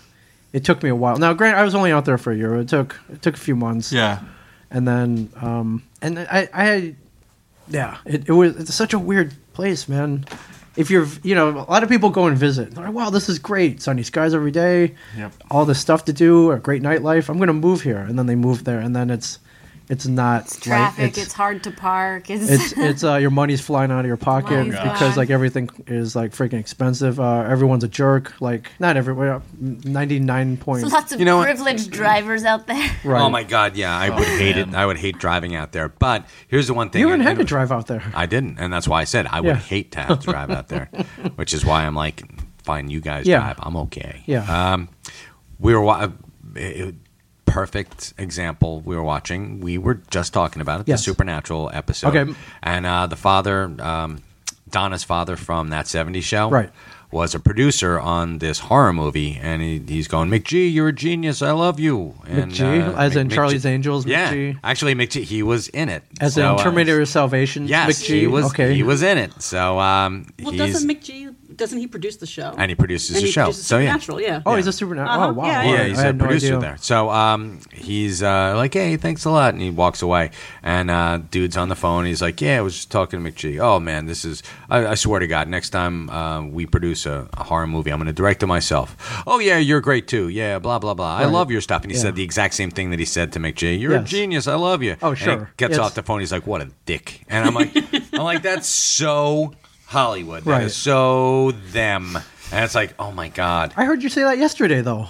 it took me a while. Now, grant I was only out there for a year. It took it took a few months. Yeah. And then um and I I had yeah, it, it was it's such a weird place, man. If you're you know, a lot of people go and visit. They're like, "Wow, this is great. Sunny skies every day." Yep. all this stuff to do, a great nightlife. I'm going to move here, and then they move there, and then it's it's not like- Traffic. it's it's, hard to park. It's it's, it's, uh, your money's flying out of your pocket Money's because gone. like everything is like freaking expensive. Uh, everyone's a jerk. Like not everywhere. Ninety nine point. lots of privileged drivers out there. Right. Oh my god, yeah, I would hate it. I would hate driving out there. But here's the one thing You even and- had to drive out there. I didn't, and that's why I said I would Yeah. hate to have to drive out there, which is why I'm like, fine, you guys Yeah. drive. I'm okay. Yeah. Um, we were wa- a- a perfect example. We were watching. We were just talking about it. Yes. The Supernatural episode. Okay. And uh, the father, um, Donna's father from that '70s show, Right. was a producer on this horror movie, and he, he's going, McGee, you're a genius. I love you. And, uh, McGee, as in McGee- Charlie's Angels, Yeah, McGee? actually, McGee, he was in it As So, in uh, Terminator Salvation. Yes, McGee. he was. Okay. He was in it. So um, Well, he's doesn't McGee? Doesn't he produce the show? And he produces And the he show. produces So, yeah. Supernatural, yeah. Oh, he's a supernatural. Uh-huh, Oh, wow. yeah, yeah, I he's a had no producer idea. there. So um, he's uh, like, hey, thanks a lot, and he walks away. And uh, dude's on the phone. He's like, yeah, I was just talking to McGee. Oh man, this is. I, I swear to God, next time uh, we produce a, a horror movie, I'm going to direct it myself. Oh yeah, you're great too. Yeah, blah blah blah. I Right. love your stuff. And he Yeah. said the exact same thing that he said to McGee. You're a Yes. genius. I love you. Oh, And he sure. gets It's- off the phone. He's like, what a dick. And I'm like, I'm like, that's so Hollywood. That is Right. so them. And it's like, oh my god, I heard you say that yesterday, though.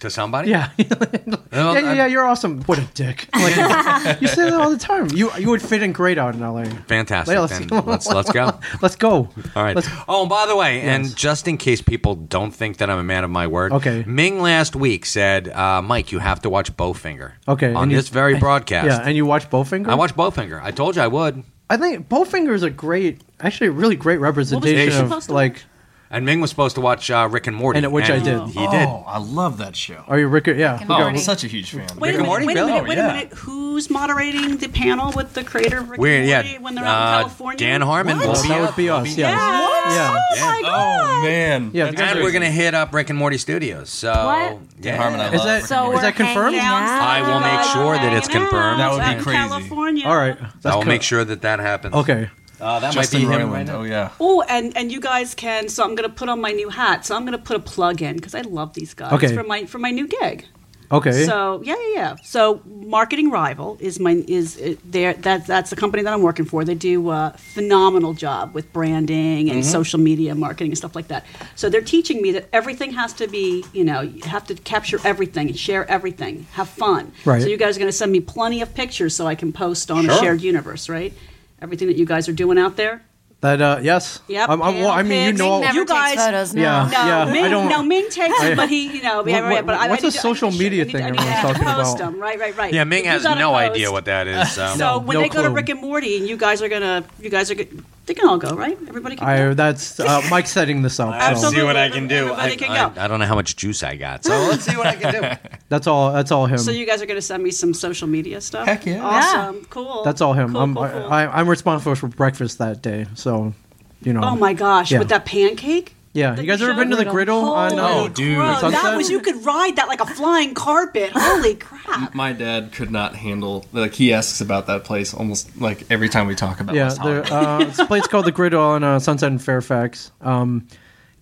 to somebody. Yeah. Well, yeah, yeah, I'm- yeah, you're awesome. What a dick. Like, you say that all the time. You you would fit in great out in LA. Fantastic. Yeah, let's- Then let's, let's go. Let's go. All right. Oh, and by the way, and just in case people don't think that I'm a man of my word, Okay. Ming last week said, uh, "Mike, you have to watch Bowfinger." Okay. On and you- this very broadcast, Yeah, and you watch Bowfinger? I watched Bowfinger. I told you I would. I think Bowfinger is a great, actually, a really great representation of supposed to like, And Ming was supposed to watch uh, Rick and Morty, And which I did. He did. Oh, I love that show. are you Rick? Yeah. we got- Oh, such a huge fan. Wait a minute. Morty, wait a Bill? minute. Oh, Wait yeah. a minute. Who's moderating the panel with the creator of Rick Weird, and yeah. Morty when they're out in Uh, California? Oh Dan Harmon Well, will be that up. would be us. Yeah. Yeah. Yeah. Oh, man. Yeah, because- and we're going to hit up Rick and Morty Studios. So, What? yeah. Harmon, I Is love that- Rick and is Morty. that confirmed? I will make sure that it's confirmed. That would be and crazy. "Ah, California. All right. I will co- make sure that that happens. Okay. Uh, that Justin might be him. Roiland, oh, yeah. Oh, and and you guys can. So I'm gonna put on my new hat. So I'm gonna put a plug in because I love these guys Okay. for my for my new gig. Okay. So yeah, yeah, yeah. So marketing rival is my is uh, there that that's the company that I'm working for. They do a phenomenal job with branding and Mm-hmm. Mhm. social media marketing and stuff like that. So they're teaching me that everything has to be you know you have to capture everything and share everything. Have fun. Right. So you guys are going to send me plenty of pictures so I can post on a Sure. shared universe, right? Everything that you guys are doing out there. That, uh, yes. Yep. I'm, I'm, well, I mean, you know. you guys. photos Yeah, No, yeah, Ming, I don't- no, Ming takes I- it, but he, you know, yeah, What- right, but I, what's I a need to- social media thing everyone's talking post about? them, right, right, right. Yeah, Ming You has gotta no post. idea what that is. So, So when they go to Rick and Morty, and you guys are gonna, you guys are, gonna, they can all go, right? Everybody can. I, that's uh, Mike's setting this up. I'll So see what I can do. I, Everybody can I- go. I don't know how much juice I got. So let's see what I can do. that's all. That's all him. So you guys are gonna send me some social media stuff. Heck yeah. Awesome. Cool. That's all him. Cool, I'm cool, cool. I, I'm responsible for breakfast that day, so you know. oh my gosh, Yeah. with that pancake. yeah, you guys ever been to the griddle on? uh, Oh, Holy dude. Bro, that Sunset? was you could ride that like a flying carpet. Holy crap! My dad could not handle like he asks about that place almost like every time we talk about. yeah, West there, Hollywood. uh, it's a place called the Griddle on uh, Sunset and Fairfax. Um,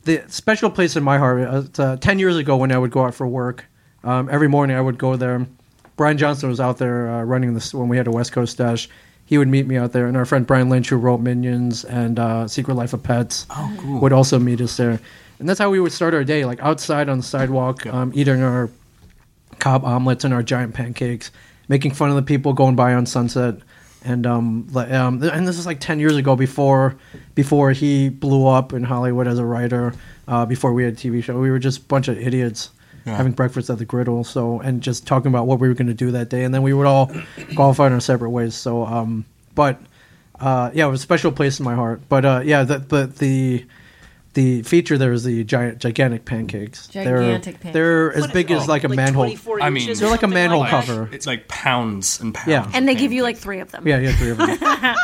the special place in my heart. Uh, it's, uh, Ten years ago, when I would go out for work, um, every morning I would go there. Brian Johnson was out there uh, running this when we had a West Coast stash. He would meet me out there, and our friend Brian Lynch, who wrote Minions and uh, Secret Life of Pets, Oh, cool. would also meet us there. And that's how we would start our day, like outside on the sidewalk, um, eating our cob omelets and our giant pancakes, making fun of the people going by on Sunset, and um, like, um, th- and this is like ten years ago before before he blew up in Hollywood as a writer, uh, before we had a TV show. We were just a bunch of idiots Yeah. having breakfast at the Griddle, so and just talking about what we were going to do that day, and then we would all go off on our separate ways. So, um, but uh, yeah, it was a special place in my heart. But uh, yeah, the the the the feature there is the giant, gigantic pancakes. Gigantic they're, They're pancakes. as big as like a manhole. I mean, they're like a manhole cover. It's like pounds and pounds. Yeah. And they give you like three of them. Yeah, yeah, three of them.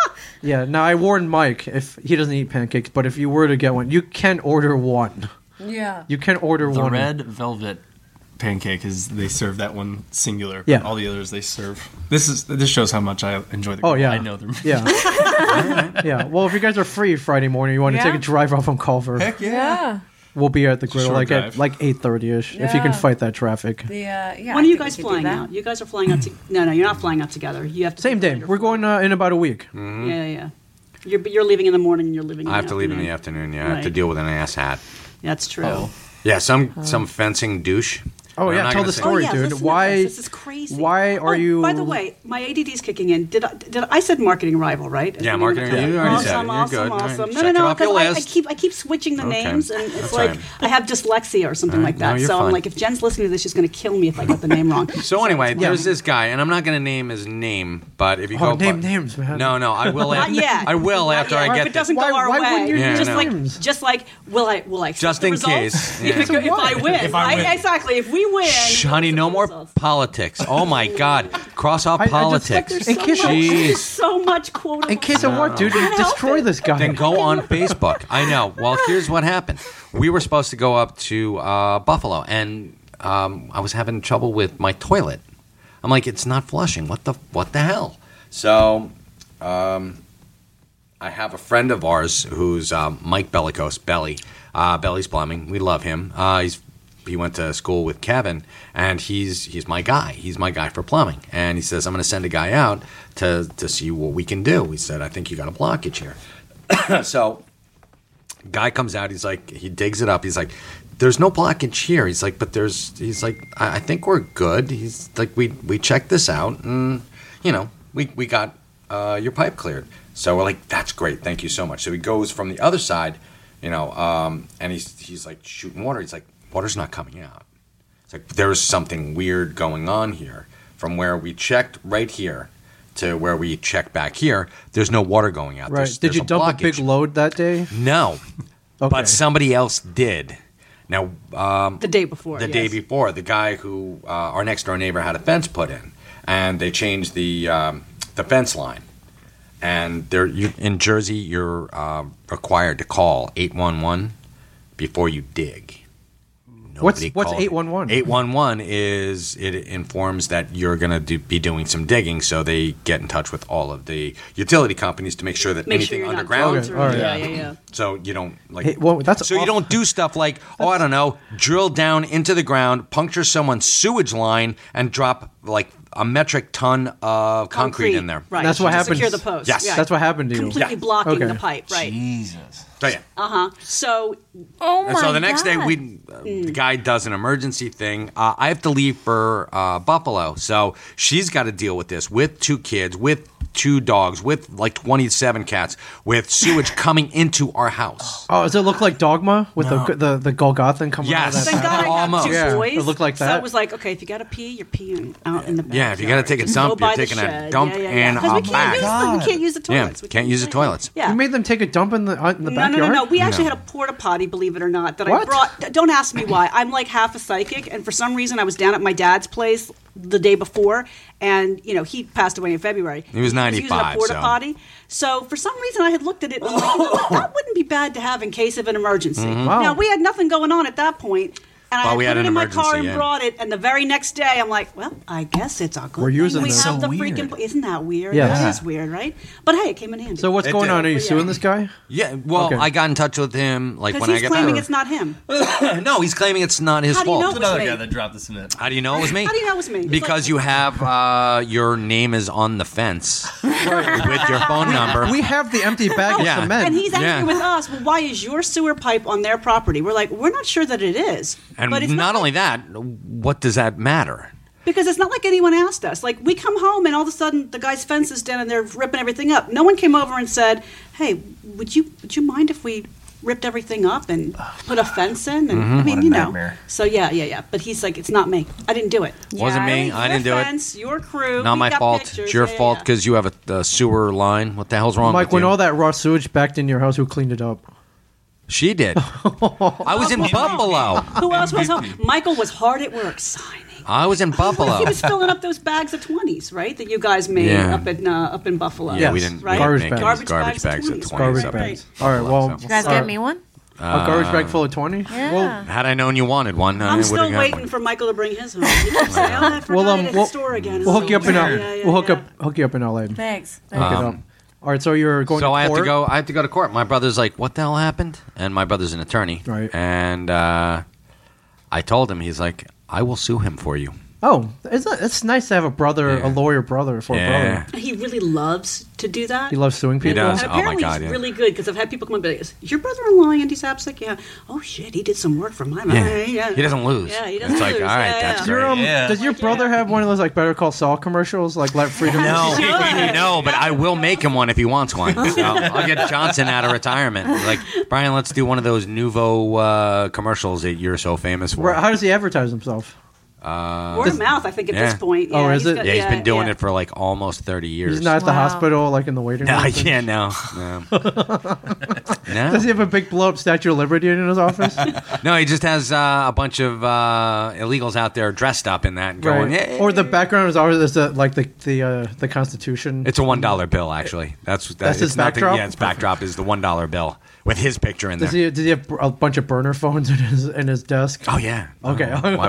yeah. Now I warned Mike if he doesn't eat pancakes, but if you were to get one, you can order one. Yeah. You can order the one. red velvet pancake is they serve that one singular. but Yeah. all the others they serve. This is this shows how much I enjoy the. Oh grill. yeah, I know them. Yeah, yeah. Well, if you guys are free Friday morning, you want to Yeah. take a drive off from Culver. Heck Yeah. We'll be at the grill short like at drive. like eight thirty ish if you can Yeah. fight that traffic. The, uh, yeah, when I are you think we guys could do flying that. out? You guys are flying out to. No, no, you're not flying out together. You have to. Same day. We're going uh, in about a week. Mm. Yeah, yeah, yeah. You're, but you're leaving in the morning and you're leaving in I have the to leave in the afternoon. afternoon. Yeah, I have to Right. deal with an ass hat. That's true. Yeah, some Oh. some fencing douche. Uh-huh. Oh I'm yeah, not tell gonna the say- story, yeah, dude. listen to Why? this. This is crazy. Oh, Why are you? By the way, my ADD's kicking in. Did I, did I, I said marketing rival, right? Yeah, marketing rival. rival, you already awesome, said it. You're awesome, good. All right, awesome. No, check no, it no, off your because I, I list. keep I keep switching the Okay. names, and it's That's like all right. I have dyslexia or something All like right. No, that. you're so I'm fine. like, if Jen's listening to this, she's going to kill me if I got the name wrong. So anyway, Yeah. there's this guy, and I'm not going to name his name, but if you Oh, go name bu- names, man. No, no, I will. Not af- yet. I will Not after yet. I Or get if it doesn't go our why way, wouldn't you Yeah, just no. like just like will I will I accept Just the in results? case. if, it Yeah. go- if I win, If I win. right? exactly. If we win, Shh, honey, no more politics. Oh my God, cross off I just- politics. there's In so case- much, Jeez. there's so much quotable. in case of what, dude? No. Destroy this guy. Then go on Facebook. I know. Well, here's what happened. We were supposed to go up to uh, Buffalo, and um, I was having trouble with my toilet. I'm like, it's not flushing. What the what the hell? So, um, I have a friend of ours who's um, Mike Bellicose, Belly, uh, Belly's Plumbing. We love him. Uh, he's he went to school with Kevin, and he's he's my guy. He's my guy for plumbing. And he says, I'm going to send a guy out to to see what we can do. He said, I think you got a blockage here. so guy comes out he's like he digs it up he's like there's no blockage here he's like but there's he's like i, I think we're good he's like we we checked this out and you know we we got uh, your pipe cleared so we're like that's great thank you so much so he goes from the other side you know um, and he's he's like shooting water he's like water's not coming out it's like there's something weird going on here from where we checked right here to where we checked back here there's no water going out Right? There's- Did there's you a dump blockage. a big load that day? No, but somebody else did. Now, um, the day before, the yes. day before, the guy who uh, our next door neighbor had a fence put in, and they changed the um, the fence line. And there, you, in Jersey, you're um required to call eight one one before you dig. What's Nobody what's called it. eight one one? 811 is it informs that you're going to do, be doing some digging, so they get in touch with all of the utility companies to make sure that Make sure anything you're not underground. Okay, all right. Yeah, yeah, yeah. So you don't like. Hey, well, that's so you don't do stuff like oh I don't know, drill down into the ground, puncture someone's sewage line, and drop like a metric ton of concrete, in there. Right. That's what to happens. Secure the post. Yes. yeah. That's what happened to you. Completely Yeah. blocking Okay. the pipe. Right. Jesus. So yeah. Uh huh. So. Oh And so the next day, we uh, the guy does an emergency thing. Uh, I have to leave for uh, Buffalo, so she's got to deal with this with two kids, with two dogs, with like twenty seven cats, with sewage coming into our house. Oh, does it look like Dogma with the the the Golgothan coming out of Yes. that? Thank God I have Almost. two Yeah, boys. it looked like So that. it was like, okay, if you gotta pee, you're peeing out in the back. Yeah, if you got to take a Just dump, go you're by the taking a shed. dump Yeah, yeah, yeah. and 'Cause I'm we can't back. use them. We can't use the Yeah, toilets. We can't use the toilets. Yeah. You made them take a dump in the out in the No, no, backyard. no, no. We actually had a porta potty, believe it or not, that I What? brought. Don't ask me why. I'm like half a psychic, and for some reason, I was down at my dad's place the day before, and you know he passed away in February. He was He was using 95, a porta so- potty. So for some reason, I had looked at it. And I'm like, you know what? that wouldn't be bad to have in case of an emergency. Mhm. Wow. Now we had nothing going on at that point, And Well, I we put had it an in my car emergency, and yeah. brought it, and the very next day I'm like, "Well, I guess it's a good We're thing using we this. have So the freaking." pla- Isn't that weird? Yeah. That is weird, right? But hey, it came in handy. So what's It going did. on? Are you Yeah. suing this guy? Yeah, well, Okay. I got in touch with him like Because when I he's got claiming back. it's not him. no, he's claiming it's not his How do you fault. know it was Another me? guy that dropped the cement. How do you know it was me? How do you know it was me? It's Because like- you have uh, your name is on the fence with your phone number. We have the empty bag of Yeah. cement. Oh, And he's angry Yeah. with us. Well, why is your sewer pipe on their property? We're like, we're not sure that it is. and but not, it's not, only that, what does that matter? because it's not like anyone asked us. Like we come home and all of a sudden the guy's fence is down and they're ripping everything up. No one came over and said, "Hey, would you would you mind if we ripped everything up and put a fence in?" And Mhm. I mean, What a you know. nightmare. So yeah, yeah, yeah. But he's like, "It's not me. I didn't do it. Wasn't me. I didn't do your it. fence, Your crew. not We've my got fault. pictures. It's your Yeah, yeah, fault yeah. because you have a, a sewer line. What the hell's wrong Mike, with when you? all that raw sewage backed in your house, who cleaned it up? She did. I was in Buffalo. Who else was home? Michael was hard at work signing. I was in Buffalo. He was filling up those bags of twenties, right? That you guys made Yeah. up in uh, up in Buffalo. Yeah, we didn't- we Right? didn't make it. garbage, Garbage bags, bags of of twenties. 20s right, up right. in- All right. Well, uh, You guys get me one? A garbage bag full of twenty. Yeah. Well, Had I known you wanted one, I I'm would still have got waiting one. for Michael to bring his home. He keeps saying, "Oh, I forgot Well, um, it at the we'll- store again." we'll hook you up in Yeah, L. yeah, yeah, We'll hook yeah. up hook you up in L.A. Thanks. Hook it Um, up. All right. So you're going. So to I have to court? go. I have to go to court. My brother's like, "What the hell happened?" And my brother's an attorney, right? And uh, I told him, he's like, "I will sue him for you." Oh, it's not, it's nice to have a brother, a lawyer brother for a brother. Yeah. He really loves to do that. He loves suing He people? does. And Oh, my apparently God, he's yeah. really good because I've had people come up and be like, "Is your brother-in-law Andy Sapsik?" Yeah. Oh shit, he did some work for my Yeah. yeah. yeah. He doesn't lose. Yeah, he It's doesn't like, lose. all right, yeah, that's yeah. great. Um, Yeah. Does your brother have one of those like Better Call Saul commercials, like "Let Freedom"? No, no, but I will make him one if he wants one. So I'll get Johnson out of retirement. Like Brian, let's do one of those nouveau uh, commercials that you're so famous for. Where- How does he advertise himself? Uh, Word of mouth, I think, at this point. Oh, is he's it? got- Yeah, he's been doing yeah. it for like almost thirty years. He's not at the hospital, like in the waiting No, room. yeah, no, no. Does he have a big blow up Statue of Liberty in his office? No, he just has uh, a bunch of uh, illegals out there dressed up in that and going, "Hey." Or the background is always the, like the the uh, the Constitution. It's a one dollar bill, actually. That's that, That's it's his nothing- backdrop? Yeah, its backdrop is the one dollar bill with his picture in Does there. he does he have a bunch of burner phones in his in his desk? Oh yeah. Okay. Oh, why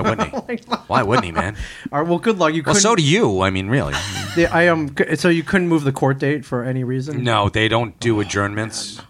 wouldn't he? Why wouldn't he, man? All right. Well, good luck. You Well, couldn't- so do you. I mean, really. Yeah, I am. So you couldn't move the court date for any reason. No, they don't do adjournments.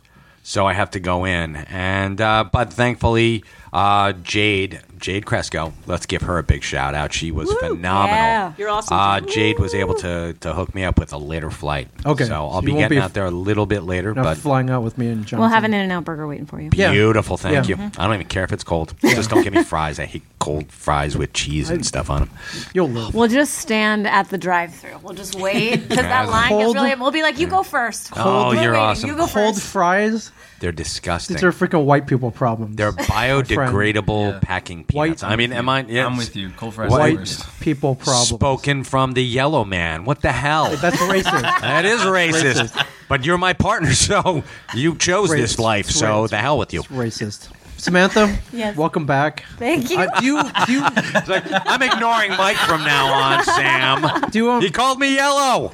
So I have to go in, and uh, but thankfully, uh, Jade Jade Cresco. Let's give her a big shout out. She was phenomenal. Yeah. You're awesome, Uh, Jade was able to to hook me up with a later flight. Okay. so So I'll be you won't getting be- out there a little bit later, Not but flying out with me and John. We'll have an In and Out burger waiting for you. Beautiful, thank Yeah. you. I don't even care if it's cold. Just don't give me fries. I hate cold fries with cheese and stuff on them. You'll live. We'll just stand at the drive through. We'll just wait because that line gets Cold- really. We'll be like, you go first. Oh, We're you're waiting. awesome. You go Cold first. fries. They're disgusting. These are freaking white people problems. They're biodegradable packing peanuts. I mean, am I? Yeah, I'm with you. Cold fries are the white worst. people problems. Spoken from the yellow man. What the hell? That's racist. that is racist. But you're my partner, so you chose this Racist. life. It's So racist. the hell with you. racist. Samantha, Yes. welcome back. Thank you. Uh, do you do you, It's like, I'm ignoring Mike from now on, Sam. do you, um, Oh. He called me yellow.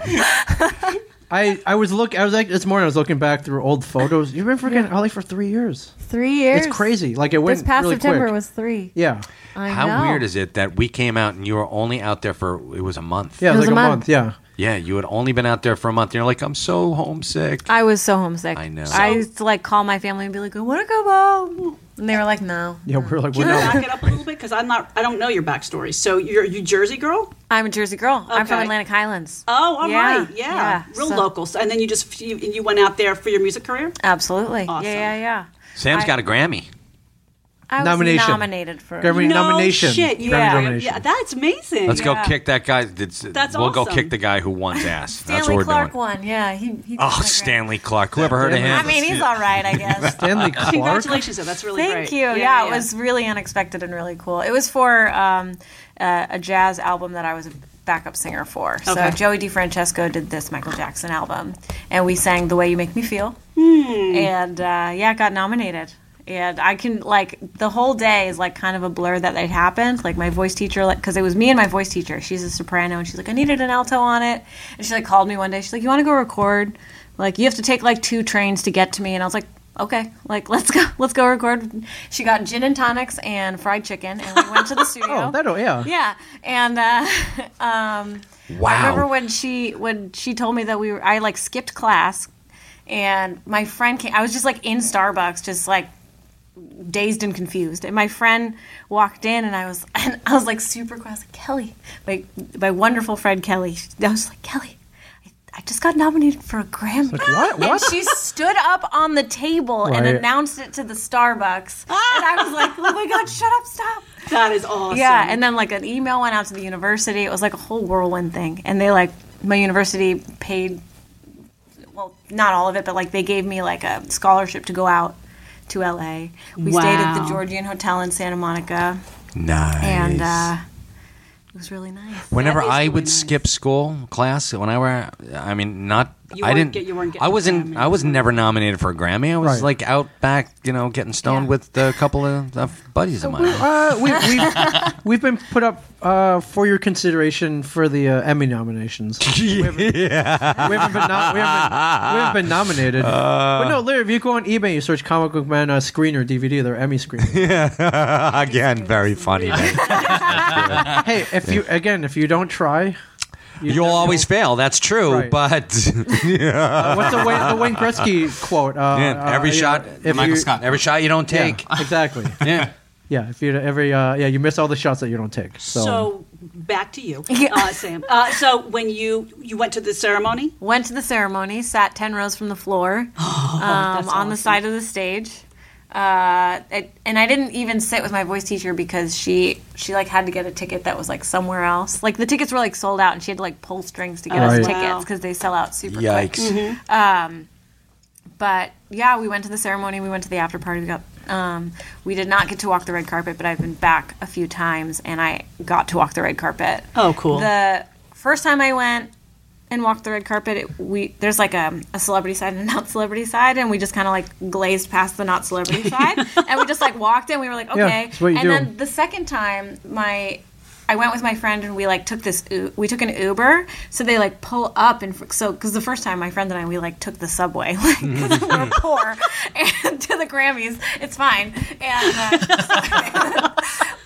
I I was look I was like this morning I was looking back through old photos. You've been freaking LA for three years. Three years. It's crazy. Like it went This past really September quick. was three. yeah I How know. weird is it that we came out and you were only out there for it was a month? yeah It it was was like a a month. yeah. Yeah, you had only been out there for a month. And you're like, I'm so homesick. I was so homesick. I know. I used to like call my family and be like, I want to go home, and they were like, No. Yeah, we're like Can we're you not. back it up a little bit? Because I'm not. I don't know your backstory. So you're you Jersey girl. I'm a Jersey girl. I'm from Okay. Atlantic Highlands. Oh, all right, Yeah, yeah, yeah, real so- local. So, and then you just you, you went out there for your music career. Absolutely. Awesome. Yeah, yeah, yeah. Sam's I- got a Grammy. I was Nomination. nominated for Grammy no nomination. shit. You Grammy yeah. nomination. yeah, that's amazing. Let's Yeah. go kick that guy. That's, That's we'll go awesome. kick the guy who won's ass. That's what Stanley we're Clark doing. won. Yeah, he. he Oh, Stanley Clark. Whoever heard of him? I mean, he's all right, I guess. Stanley Clark. Congratulations, though. That's really great. Thank you. Yeah, it was really unexpected and really cool. It was for um, uh, a jazz album that I was a backup singer for. So Okay. Joey DiFrancesco did this Michael Jackson album, and we sang "The Way You Make Me Feel," and uh, yeah, got nominated. And I can like the whole day is like kind of a blur that it happened. Like my voice teacher, like because it was me and my voice teacher. She's a soprano, and she's like, I needed an alto on it, and she like called me one day. She's like, You want to go record? Like you have to take like two trains to get to me, and I was like, Okay, like let's go, let's go record. She got gin and tonics and fried chicken, and we went to the studio. Oh, that'll yeah. Yeah, and uh, um, I Wow. remember when she when she told me that we were I like skipped class, and my friend came. I was just like in Starbucks, just like dazed and confused. And my friend walked in, and I was and I was like super cross, like Kelly, my my wonderful friend Kelly. I was like Kelly. I- I just got nominated for a Grammy. what? And What? she stood up on the table and Right. announced it to the Starbucks. And I was like, oh my God, shut up, stop. That is awesome. Yeah, and then like an email went out to the university. It was like a whole whirlwind thing, and they like my university paid, well, not all of it, but like they gave me like a scholarship to go out to LA. We stayed at the Wow. Georgian Hotel in Santa Monica, Nice. and uh, it was really nice. Whenever I would skip school class, when I were, I mean, not You I weren't didn't. get- you weren't getting I wasn't. Grammy. I was never nominated for a Grammy. I was Right. like out back, you know, getting stoned with a couple of, of buddies Oh, of mine. Uh, we, we've, we've been put up uh, for your consideration for the uh, Emmy nominations. We haven't, yeah. we haven't been nom- we haven't- we haven't been nominated. Uh. but no, literally, if you go on eBay, you search Comic Book Man uh, screen or DVD, they're Emmy screen. Yeah. again, very funny. mate. hey, if you again, if you don't try, You'll always fail. That's true. Right. But yeah. uh, what's the Wayne, the Wayne Gretzky quote? Uh, Yeah, every uh, you shot, know, Michael Scott. Every shot you don't Yeah, take. exactly. yeah. Yeah, if you every uh, yeah, you miss all the shots that you don't take. So, So, back to you, uh, Sam. Uh, so when you you went to the ceremony, Went to the ceremony, sat 10 rows from the floor um, that's on the side of the stage. Uh, it, and I didn't even sit with my voice teacher because she she like had to get a ticket that was like somewhere else. Like the tickets were like sold out, and she had to like pull strings to get Right. us Wow. tickets because they sell out super quick. Yikes. Mhm. Um, but yeah, we went to the ceremony. We went to the after party. We got um, we did not get to walk the red carpet, but I've been back a few times, and I got to walk the red carpet. Oh, cool. The first time I went and walked the red carpet, it, we there's like a, a celebrity side and a not celebrity side, and we just kind of like glazed past the not celebrity side, and we just like walked in. We were like, Yeah, okay. that's what you and do. then the second time, my I went with my friend and we like took this U- we took an Uber so they like pull up and f- so because the first time my friend and I we like took the subway like 'cause we're Mm-hmm. poor and to the Grammys it's fine and uh, so-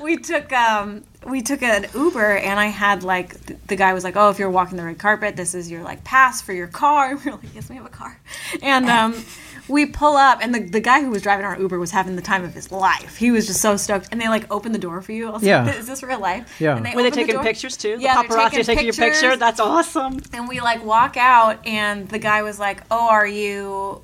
we took um we took an Uber and I had like th- the guy was like oh if you're walking the red carpet this is your like pass for your car and we we're like yes we have a car and um we pull up and the, the guy who was driving our Uber was having the time of his life he was just so stoked and they like opened the door for you I was Yeah. like, is this real life Yeah. and oh, Were they open the taking door. pictures, too? The Yeah, they're paparazzi taking taking your picture? pictures. That's awesome. And we like walk out, and the guy was like, "Oh, are you?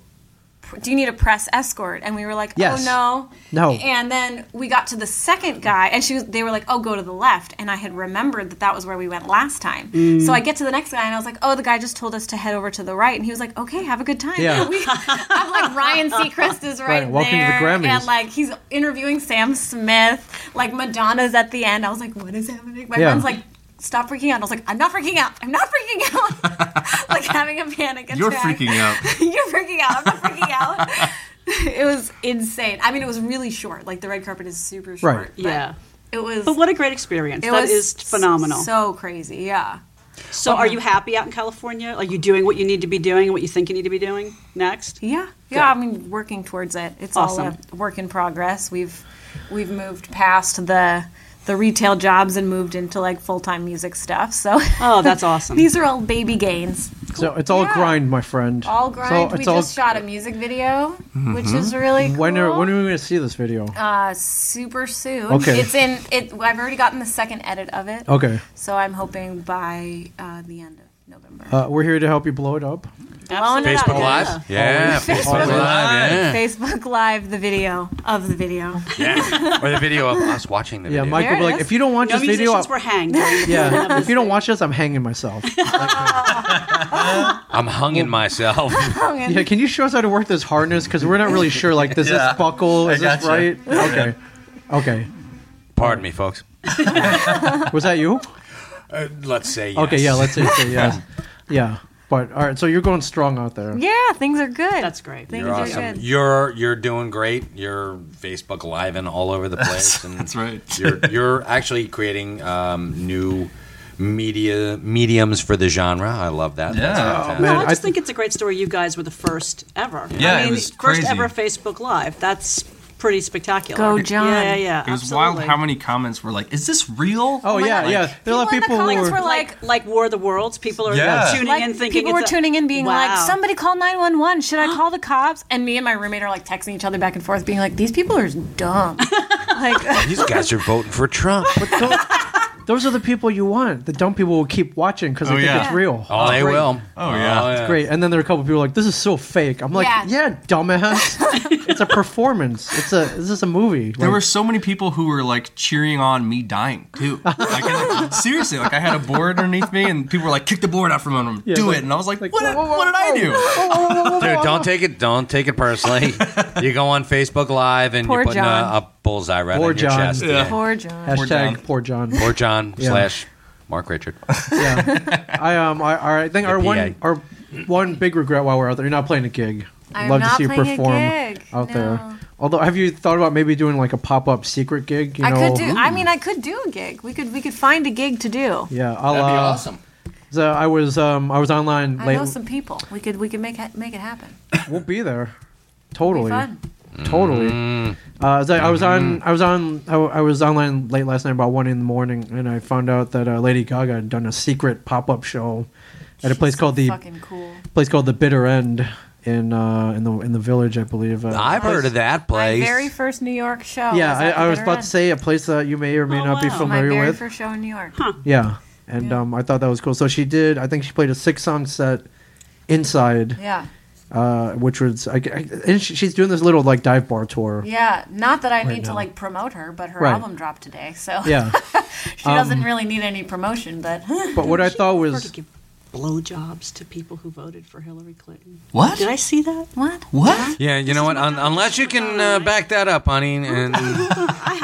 Do you need a press escort?" And we were like, Yes. "Oh no, No. And then we got to the second guy, and she was, they were like, "Oh, go to the left." And I had remembered that that was where we went last time. Mm. So I get to the next guy, and I was like, "Oh, the guy just told us to head over to the right," and he was like, "Okay, have a good time." Yeah. We- I'm like Ryan Seacrest is right, Right, welcome to the there, Grammys. and like he's interviewing Sam Smith. Like Madonna's at the end. I was like, "What is happening?" My Yeah. friend's like. Stop freaking out. And I was like, I'm not freaking out. I'm not freaking out. like having a panic attack. You're freaking out. You're freaking out. I'm not freaking out. it was insane. I mean, it was really short. Like the red carpet is super short. Right. but Yeah. It was. But what a great experience! It That was is phenomenal. So crazy. Yeah. So, are you happy out in California? Are you doing what you need to be doing and what you think you need to be doing next? Yeah, yeah. I mean, working towards it. It's all Awesome. a work in progress. We've we've moved past the the retail jobs and moved into like full time music stuff. So Oh, that's awesome. These are all baby gains. so it's all Yeah. grind, my friend. All So grind. we it's all- just shot a music video, which Mhm. is really cool. When are when are we going to see this video? uh, super soon. Okay. It's in. It. I've already gotten the second edit of it. Okay. So I'm hoping by uh, the end of November. Uh, we're here to help you blow it up. Blowing it up, Facebook Live? Yeah, Always. Facebook Live, yeah. Facebook Live, the video of the video. yeah. Or the video of us watching the Yeah, video. Michael. Be like, if you don't watch No this video, musicians I- were hanged. Yeah, if you don't watch this, I'm hanging myself. I'm hung in myself. Yeah, can you show us how to work this harness? Because we're not really sure. Like, does Yeah, this buckle? I Is this gotcha. right? Yeah. Okay, okay. Pardon me, folks. Was that you? Uh, let's say yes. Okay, yeah. Let's say, say yes. yeah, but all right. So you're going strong out there. Yeah, things are good. That's great. Things You're are awesome. good. You're you're doing great. You're Facebook Live and all over the place. And That's right. You're you're actually creating um, new media mediums for the genre. I love that. That's fantastic. no, I just think it's a great story. You guys were the first ever. Yeah, I it mean, was first crazy. ever Facebook Live. That's pretty spectacular. Go, John. Yeah, yeah, yeah. It was absolutely. wild how many comments were like, "Is this real?" Oh, my yeah, God. yeah. There are a lot of people who comments were- like, like War of the Worlds. People are uh, Yeah. tuning Like, in thinking people were it's a- tuning in, being like, Wow. "Somebody call nine one one. Should I call the cops?" And me and my roommate are like texting each other back and forth, being like, "These people are dumb." like, These guys are voting for Trump. Those are the people you want. The dumb people will keep watching because Oh, they yeah. think it's real. Oh, they Great. will. Oh, yeah. Oh, yeah. It's great. And then there are a couple people like, this is so fake. I'm like, Yeah. yeah, dumbass. it's a performance. It's a. This is a movie. There Like, were so many people who were like cheering on me dying too. Like, and, like, seriously, like I had a board underneath me, and people were like, "Kick the board out from under him, do it!" And I was like, "What? did- what did I do?" Dude, don't take it. Don't take it personally. you go on Facebook Live and Poor you're putting a, John. a bullseye right Poor on your John. chest. Yeah. Poor John. Hashtag poor John. Poor John Yeah. slash Mark Richard. yeah. I um I, I think our The one PA. our one big regret while we're out there, you're not playing a gig. I'm Love not to see you playing a perform gig, out no. there. Although, have you thought about maybe doing like a pop up secret gig? You I know, could do. I mean, I could do a gig. We could. We could find a gig to do. yeah, I'll, That'd be uh, awesome. So I was um I was online I late. know some people. We could. We could make ha- make it happen. we'll be there. Totally. fun. Totally. Mm-hmm. Uh, it's like I was on, I was on, I, I was online late last night, about one in the morning, and I found out that uh, Lady Gaga had done a secret pop up show at a place called the fucking cool. place called the Bitter End in uh, in the in the village, I believe. Uh, I've heard of that place. My very first New York show. yeah, was I, at Oh, the I was Bitter about End. Oh, to say a place that you may or may not be my familiar very with. first show in New York. Yeah, and Um, I thought that was cool. So she did. I think she played a six song set inside. Yeah. Uh, which was, I, I- and she, she's doing this little like dive bar tour. Yeah, not that I Right need to now. like promote her, but her Right. album dropped today, so Yeah. she Um, doesn't really need any promotion. But But what I thought Prefer to was, give blowjobs to people who voted for Hillary Clinton. What? Did I see that? What? What? Yeah, you know what? Un- unless you can uh, back that up, honey, and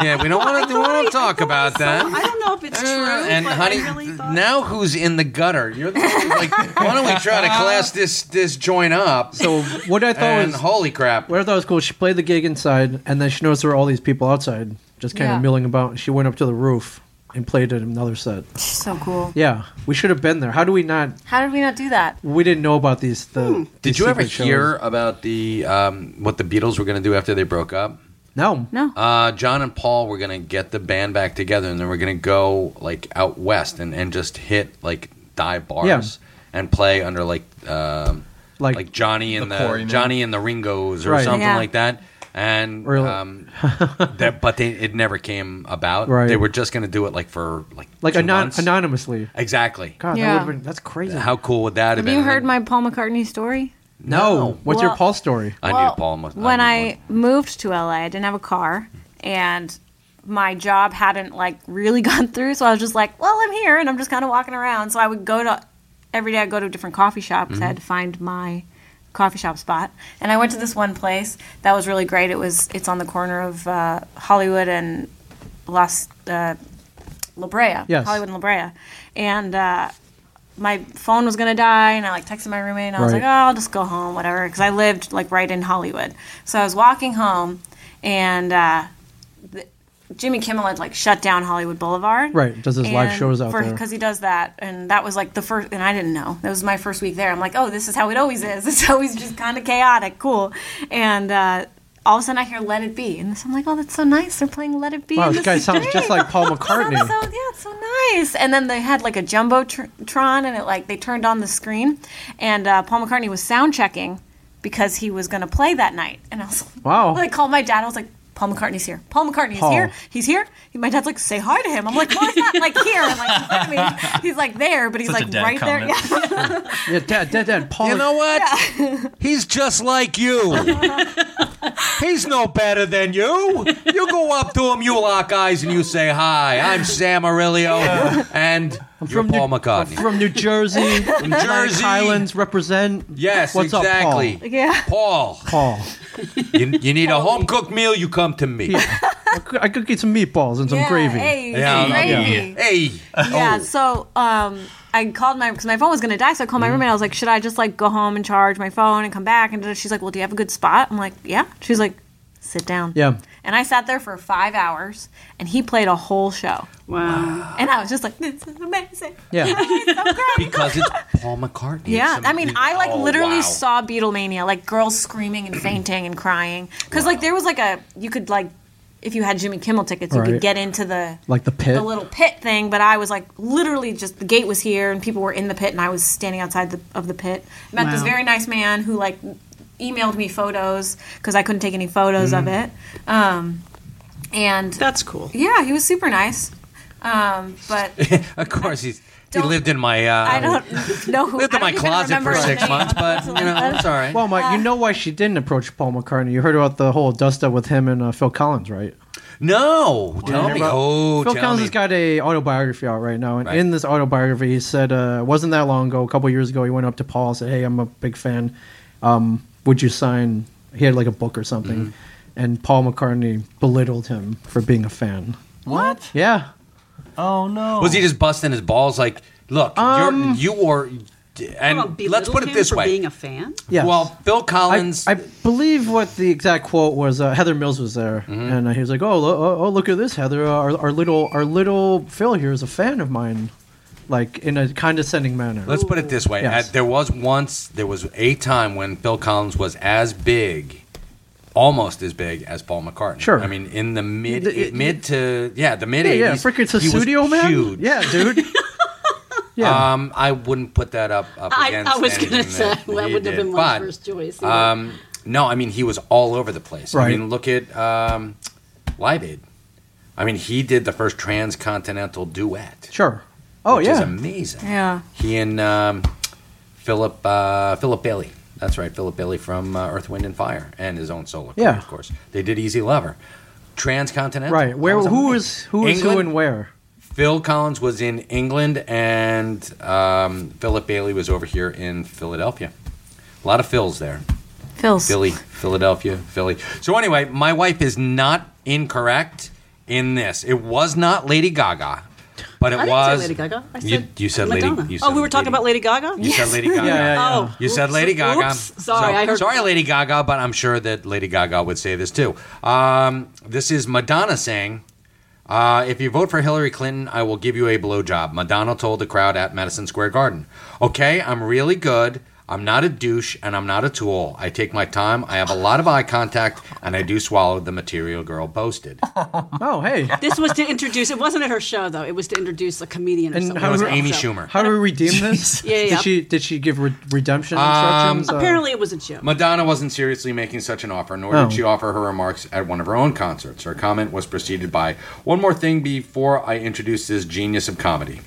yeah, we don't want to want to talk about I that. Uh, don't know if it's true. And but honey, I really thought now who's in the gutter? You're the, like, why don't we try to class this this joint up? So what I thought and was- holy crap! what I thought was cool. She played the gig inside, and then she noticed there were all these people outside, just kind Yeah. of milling about. And she went up to the roof and played another set. so cool. Yeah, we should have been there. How do we not? How did we not do that? We didn't know about these. The Hmm. Did these you ever secret shows. hear about the um, what the Beatles were going to do after they broke up? No. No. Uh, John and Paul were going to get the band back together, and then we're going to go like out west and, and just hit like dive bars Yeah. and play under like um, Like like, Johnny and the the, Quarrymen. Johnny and the Ringos or Right. something Yeah. like that. And Or- um, that, but they, it never came about. Right. They were just going to do it like for like Like two anon- months. anonymously. exactly. God, Yeah. that would have been that's crazy. How cool would that have, Have been? you heard my Paul McCartney story? No. Oh, What's your Well- Paul story? I knew Well, Paul must. When I moved to LA, I didn't have a car, and my job hadn't like really gone through, so I was just like, "Well, I'm here, and I'm just kind of walking around." So I would go to every day. I go to a different coffee shop because I had Mm-hmm. to find my coffee shop spot. And I went to this one place that was really great. It was it's on the corner of uh, Hollywood and Las uh, La Brea, Yes. Hollywood and La Brea, and. Uh, my phone was gonna die, and I like texted my roommate, and I was Right. like, "Oh, I'll just go home, whatever," because I lived like right in Hollywood. So I was walking home, and uh, the, Jimmy Kimmel had like shut down Hollywood Boulevard. Right, does his live shows out there. because he does that, and that was like the first, and I didn't know that was my first week there. I'm like, "Oh, this is how it always is. It's always just kind of chaotic, cool." And uh, all of a sudden, I hear "Let It Be," and this, I'm like, "Oh, that's so nice. They're playing "Let It Be." Wow, and this guy is sounds great." just like Paul McCartney. Oh, So yeah, it's so nice. And then they had like a jumbotron, and it like they turned on the screen, and uh, Paul McCartney was sound checking because he was going to play that night. And I was Wow. I called my dad. I was like. Paul McCartney's here. Paul McCartney's Paul. here. He's here. He- my dad's like, say hi to him. I'm like, well, he's not like here. I'm like, in front of me. he's like there, but he's Such a like dad right comment. there. Yeah. Yeah, dad, dad, dad. Paul. You know what? He's just like you. He's no better than you. You go up to him, you lock eyes, and you say, "Hi, I'm Sam Aurelio, and you're Paul McCartney." From New Jersey, From Atlantic Jersey. Highlands represent. yes, What's up, Paul? exactly. Yeah. Paul, Paul. you, you need a home cooked meal. You come to me. I could, I could get some meatballs and some Yeah, gravy. hey, some gravy. Hey. Oh, Yeah, so um, I called my because my phone was gonna die, so I called my roommate. I was like, "Should I just like go home and charge my phone and come back?" And she's like, "Well, do you have a good spot?" I'm like, "Yeah." She's like, "Sit down." Yeah. And I sat there for five hours, and he played a whole show. Wow. And I was just like, "This is amazing." Yeah. It's so great. because it's Paul McCartney. Yeah, It's a- I mean, I like Oh, literally wow. saw Beatlemania, like girls screaming and fainting and crying, because like there was like a you could like if you had Jimmy Kimmel tickets, you Right. could get into the Like the pit. the little pit thing. But I was like literally just the gate was here and people were in the pit, and I was standing outside the, of the pit. Met this Wow. very nice man who like emailed me photos because I couldn't take any photos of Mhm. Mm-hmm. it. Um, and that's cool. Yeah, he was super nice. Um, but of course, he's, he Don't- lived in my. Uh, I don't know who. lived in my I don't even closet remember for his six name. months, but you know, it's all right. Well, Mike, uh, you know why she didn't approach Paul McCartney. You heard about the whole dust up with him and uh, Phil Collins, right? No, You tell heard me. about- Oh, Phil tell Collins me. has got a autobiography out right now, and in this autobiography, he said uh, it wasn't that long ago, a couple years ago, he went up to Paul and said, "Hey, I'm a big fan. Um, would you sign?" He had like a book or something, and Paul McCartney belittled him for being a fan. What? Yeah. Oh no! Was he just busting his balls? Like, look, Um, you're, you are, and let's put it this way. being a fan. Yes. Well, Phil Collins. I, I believe what the exact quote was. Uh, Heather Mills was there, and uh, he was like, "Oh, lo- oh, oh, look at this, Heather. Uh, Our, our little, our little Phil here is a fan of mine." Like in a condescending manner. Let's put it this way: Yes. Uh, there was once, there was a time when Phil Collins was as big, almost as big as Paul McCartney. Sure. I mean, in the mid The- it- mid to yeah, the mid yeah, eighties. yeah, frick, it's a studio man. Huge. Yeah, dude. Yeah. Um, I wouldn't put that up, up I, against I was going to anything say that he would have did, been my but, first choice. Um, no, I mean he was all over the place. I Right. mean, look at um, Live Aid. I mean, he did the first transcontinental duet. Sure. Oh which yeah. is amazing. Yeah. He and um, Philip uh, Philip Bailey. That's right, Philip Bailey from uh, Earth, Wind, and Fire, and his own solo. career, Yeah. of course. They did Easy Lover, Transcontinental. Right. That Where? was Who amazing. is who is who England? and where? Phil Collins was in England, and um, Philip Bailey was over here in Philadelphia. A lot of Phils there. Phils. Philly, Philadelphia, Philly. So anyway, my wife is not incorrect in this. It was not Lady Gaga, but it I didn't say was Lady Gaga. I you, said you said Madonna. Lady. You oh, said we were talking about Lady Gaga. you said Lady Gaga. Oh, You said Lady Gaga. Oops, sorry, I heard- Sorry, Lady Gaga, but I'm sure that Lady Gaga would say this too. Um, this is Madonna saying, uh, "If you vote for Hillary Clinton, I will give you a blowjob." Madonna told the crowd at Madison Square Garden. Okay, I'm really good. I'm not a douche and I'm not a tool. I take my time. I have a lot of eye contact and I do swallow the material girl boasted. Oh, hey. this was to introduce. It wasn't at her show though. It was to introduce a comedian. Or And something. how was do- Amy So- Schumer. How do we redeem this? Yeah, yeah. Did she did she give re- redemption Um, instructions? Uh, Apparently, it was a joke. Madonna wasn't seriously making such an offer, nor Oh. did she offer her remarks at one of her own concerts. Her comment was preceded by one more thing before I introduce this genius of comedy.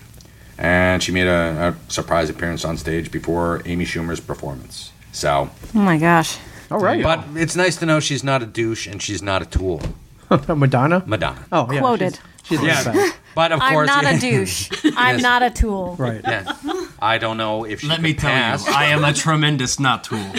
And she made a, a surprise appearance on stage before Amy Schumer's performance. So, Oh my gosh. All right. but it's nice to know she's not a douche and she's not a tool. Madonna. Madonna. Oh, yeah. Quoted. She's, she's Yeah. yeah. But of I'm course, not a douche. I'm Yes. not a tool. Right. Yeah. I don't know if she Let could me tell pass. you, I am a tremendous not tool.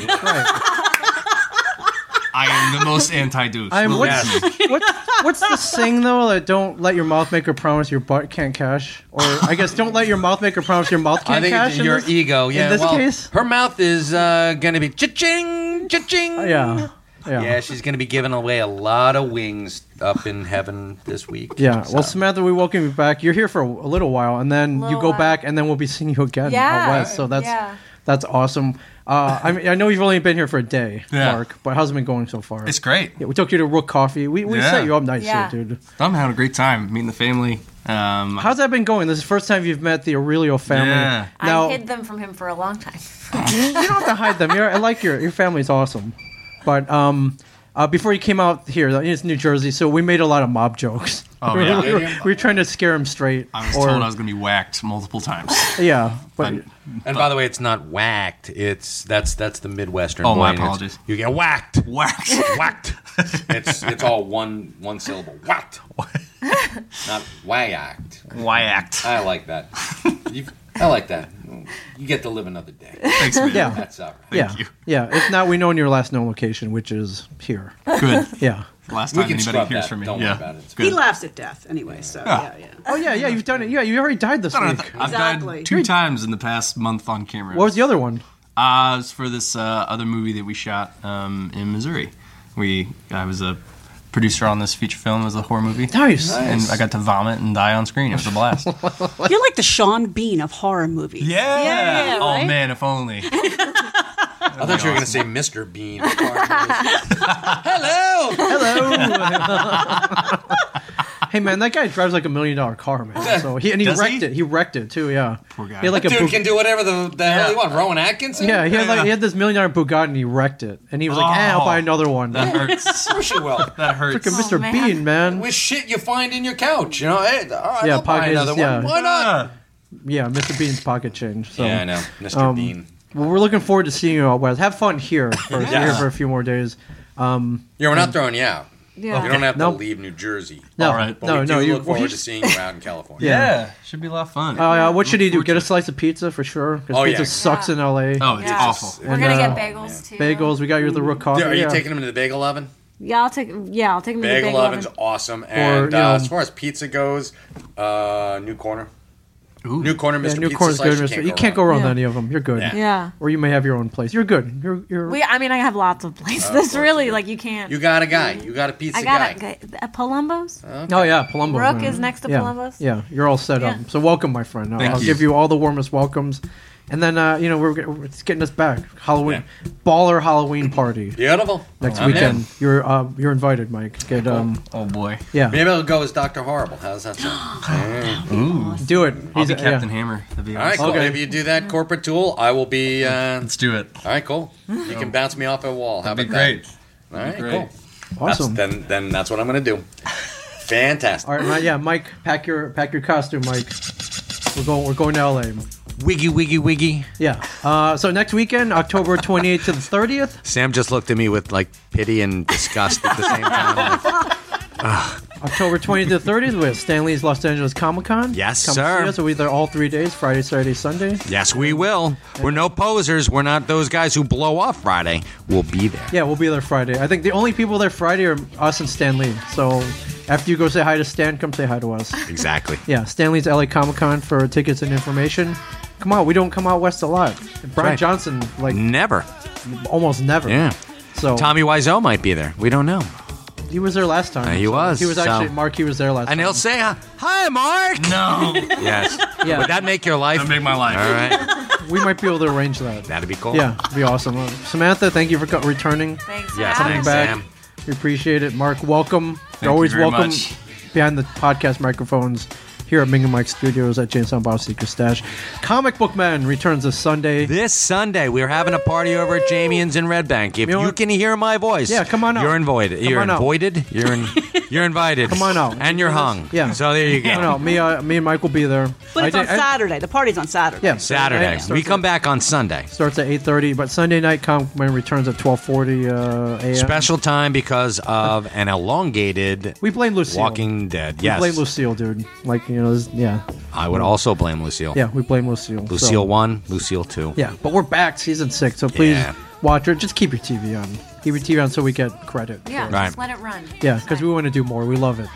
I am the most anti douche. I'm what's, what, what's the saying though? Like, don't let your mouth make a promise your butt can't cash, or I guess don't let your mouth make a promise your mouth I can't think cash. it's in your this- ego. Yeah. in this well, case, her mouth is uh, going to be cha-ching, cha-ching. yeah, Yeah. yeah, she's going to be giving away a lot of wings up in heaven this week. Yeah, Well, So- Samantha, we welcome you back. You're here for a, a little while, and then you Little go while. back, and then we'll be seeing you again Yeah, out west. So that's yeah. that's awesome. Uh, I mean, I know you've only been here for a day, Yeah. Mark, but how's it been going so far? It's great. yeah, we took you to Rook Coffee. We, we Yeah. set you up nicely, Yeah. dude. I'm having a great time meeting the family. Um, How's that been going? This is the first time you've met the Aurelio family. Yeah. Now, I hid them from him for a long time. you don't have to hide them. You're, I like your your family's awesome, but um, uh, before you came out here, uh, it's New Jersey, so we made a lot of mob jokes. Oh, we, yeah. were, we were trying to scare him straight. I was or- told I was going to be whacked multiple times. Yeah, but and by the way, it's not whacked. It's that's that's the Midwestern. Oh, boy, my and it's- apologies. You get whacked, Whacked. whacked. it's it's all one one syllable. Whacked. not whacked. Whacked. I like that. You, I like that. You get to live another day. Thanks, man. Yeah. That's all right. yeah, you. yeah. If not, we know in your last known location, which is here. Good. Yeah. Last We time can anybody scrub hears that. from me. Don't worry yeah. about it. He Good. laughs at death anyway. So yeah, yeah. Oh yeah, yeah. You've done it. Yeah, you already died this I've week. Exactly. died two times in the past month on camera. What was the other one? Uh, it was for this uh, other movie that we shot um, in Missouri. We I was a producer on this feature film. It was a horror movie. Nice. And I got to vomit and die on screen. It was a blast. You're like the Sean Bean of horror movies. yeah. Yeah, Oh right? man, if only. I thought you were going to say Mr. Bean. Hello. Hello. hey man, that guy drives like a million dollar car, man. So he and he Does wrecked he? it. He wrecked it too. Yeah. Poor guy. He had like a Dude Bug- can do whatever the, the hell he Yeah. wants. Rowan Atkinson. yeah, he had like he had this million dollar Bugatti and he wrecked it, and he was like, eh, I'll Oh. buy another one. That hurts. Of course you will. That hurts. Frickin' Mr. man. Bean, man. with shit you find in your couch. You know, hey, all right, Yeah, I'll buy pocket is- another yeah. one. Why not? Yeah, Mr. Bean's pocket change. So. yeah, I know, Mr. Um, Bean. Well, we're looking forward to seeing you out west. Have fun here for, here for a few more days. Um, Yeah, we're not throwing you out. Yeah. You don't have to Nope. leave New Jersey. no, All right. But no, we do no. you, look well, forward to he's- seeing you out in California. Yeah. Yeah. Should be a lot of fun. uh, what should he do? Look Get a forward slice of pizza for sure, because Oh, pizza yeah. sucks in LA. to it. Oh, it's Yeah. awful. We're And, gonna uh, get bagels too. Bagels. We got you the rook coffee. Dude, are you yeah. taking him to the bagel oven? Yeah, I'll take. Yeah, I'll take them to the Bagel bagel oven's oven. awesome. Or, And you know- uh, as far as pizza goes, uh, New Corner. New Corner, Mr. Yeah, New pizza Corner's Slice, good. you Mr. can't you go can't go wrong. wrong with Yeah. any of them. You're good. Yeah. Yeah. Or you may have your own place. You're good. You're you're. We, I mean, I have lots of places. Oh, This really, like, you can't. You got a guy. You got a pizza I got guy. a, a Palumbo's. Oh yeah, Palumbo. Rook man. is next to yeah. Palumbo's? Yeah, you're all set Yeah. up. So welcome, my friend. I'll- Thank I'll you. give you all the warmest welcomes, and then uh, you know we're, get- it's getting us back Halloween baller Halloween party. Beautiful. Next I'm in. weekend, you're uh, you're invited, Mike. Get um. Oh boy. Yeah. Maybe I'll go as Dr. Horrible. How's that sound? Ooh. Do it. I'll He's be a- yeah. Captain Hammer. That'd be All right, awesome. cool. Maybe you do that corporate tool. I will be. Uh, Let's do it. All right, cool. You can bounce me off a wall. How That'd about be great. that? All right, That'd be great. cool. Awesome. That's, then, then that's what I'm going to do. Fantastic. All right, Ma- yeah, Mike, pack your pack your costume, Mike. We're going we're going to LA. Wiggy wiggy wiggy. Yeah. Uh, so next weekend, October 28th to the 30th. Sam just looked at me with like pity and disgust at the same time. October 20th to 30th with Stanley's Los Angeles Comic Con. Yes, Come sir. See us. We'll be there all three days: Friday, Saturday, Sunday. Yes, we will. We're no posers. We're not those guys who blow off Friday. We'll be there. Yeah, we'll be there Friday. I think the only people there Friday are us and Stan Lee. So after you go say hi to Stan, come say hi to us. Exactly. Yeah, Stanley's LA Comic Con for tickets and information. Come on, we don't come out west a lot. Brian Right. Johnson, like Never. almost never. Yeah. So Tommy Wiseau might be there. We don't know. he was there last time. Uh, he so was, He was actually so- Mark. He was there last. And he'll say, uh, "Hi, Mark." No. yes. Yeah. Would that make your life? That make my life. All right. time. We might be able to arrange that. That'd be cool. Yeah, it'd be awesome. Uh, Samantha, thank you for co- returning. Thanks. Yes, coming thanks, back. Sam. We appreciate it. Mark, welcome. Thank you You're always very welcome much. behind the podcast microphones here at Ming and Mike Studios at Jameson Bob Secret Stash. Comic Book Man returns this Sunday. This Sunday we're having a party over at Jamie's in Red Bank. If you can hear my voice, Yeah, come on out. You're invited. Come you're on out. invited. You're in, you're invited. Come on out. And you're hung. Yeah. So there you go. No, no, me, uh, me and Mike will be there. But I it's did- on I- Saturday. The party's on Saturday. Yeah, Saturday. Starts We at- come back on Sunday. starts at 8.30, but Sunday night Comic Book Man returns at 12.40 uh, a.m. Special time because of an elongated. We blame Lucille. Walking Dead. We Yes. blame Lucille, dude. Like, you know, this- yeah. I would also blame Lucille. Yeah, we blame Lucille. so- Lucille one, Lucille two. Yeah, but we're back, season six. So please Yeah. watch it. Just keep your TV on. Keep your TV on so we get credit. Yeah, for it. just let it run. Yeah, because we want to do more. We love it.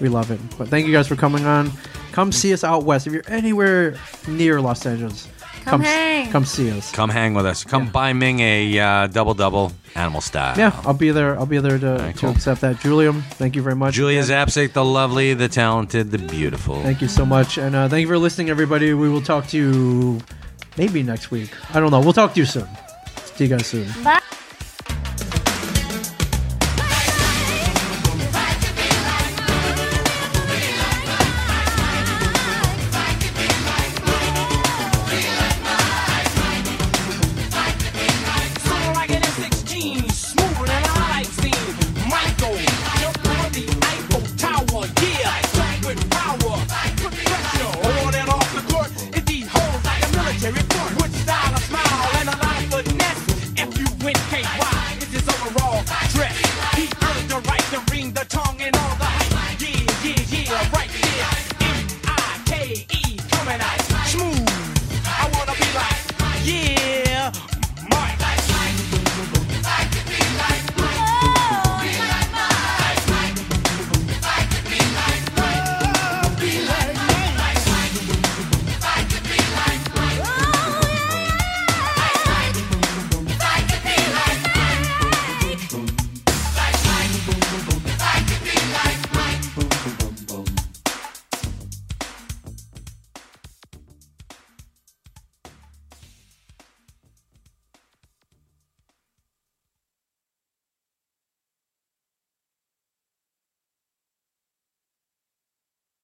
We love it. But thank you guys for coming on. Come see us out west. If you're anywhere near Los Angeles, Come s- hang. Come see us. Come hang with us. Come buy Ming a uh, double double animal style. Yeah, I'll be there. I'll be there to, right, to cool. accept that. Julium, thank you very much. Julia Zapsik, the lovely, the talented, the beautiful. Thank you so much. And uh, thank you for listening, everybody. We will talk to you maybe next week. I don't know. We'll talk to you soon. See you guys soon. Bye. Sound like an F-16, smooth and a light scene. Michael, jump on the Eiffel Tower, yeah, back with power. Put pressure on and off the court. It holds like a military court. With style, a smile, and a lot of finesse. F-U-N-K-Y, it's his overall dress. He earned the right to ring the E,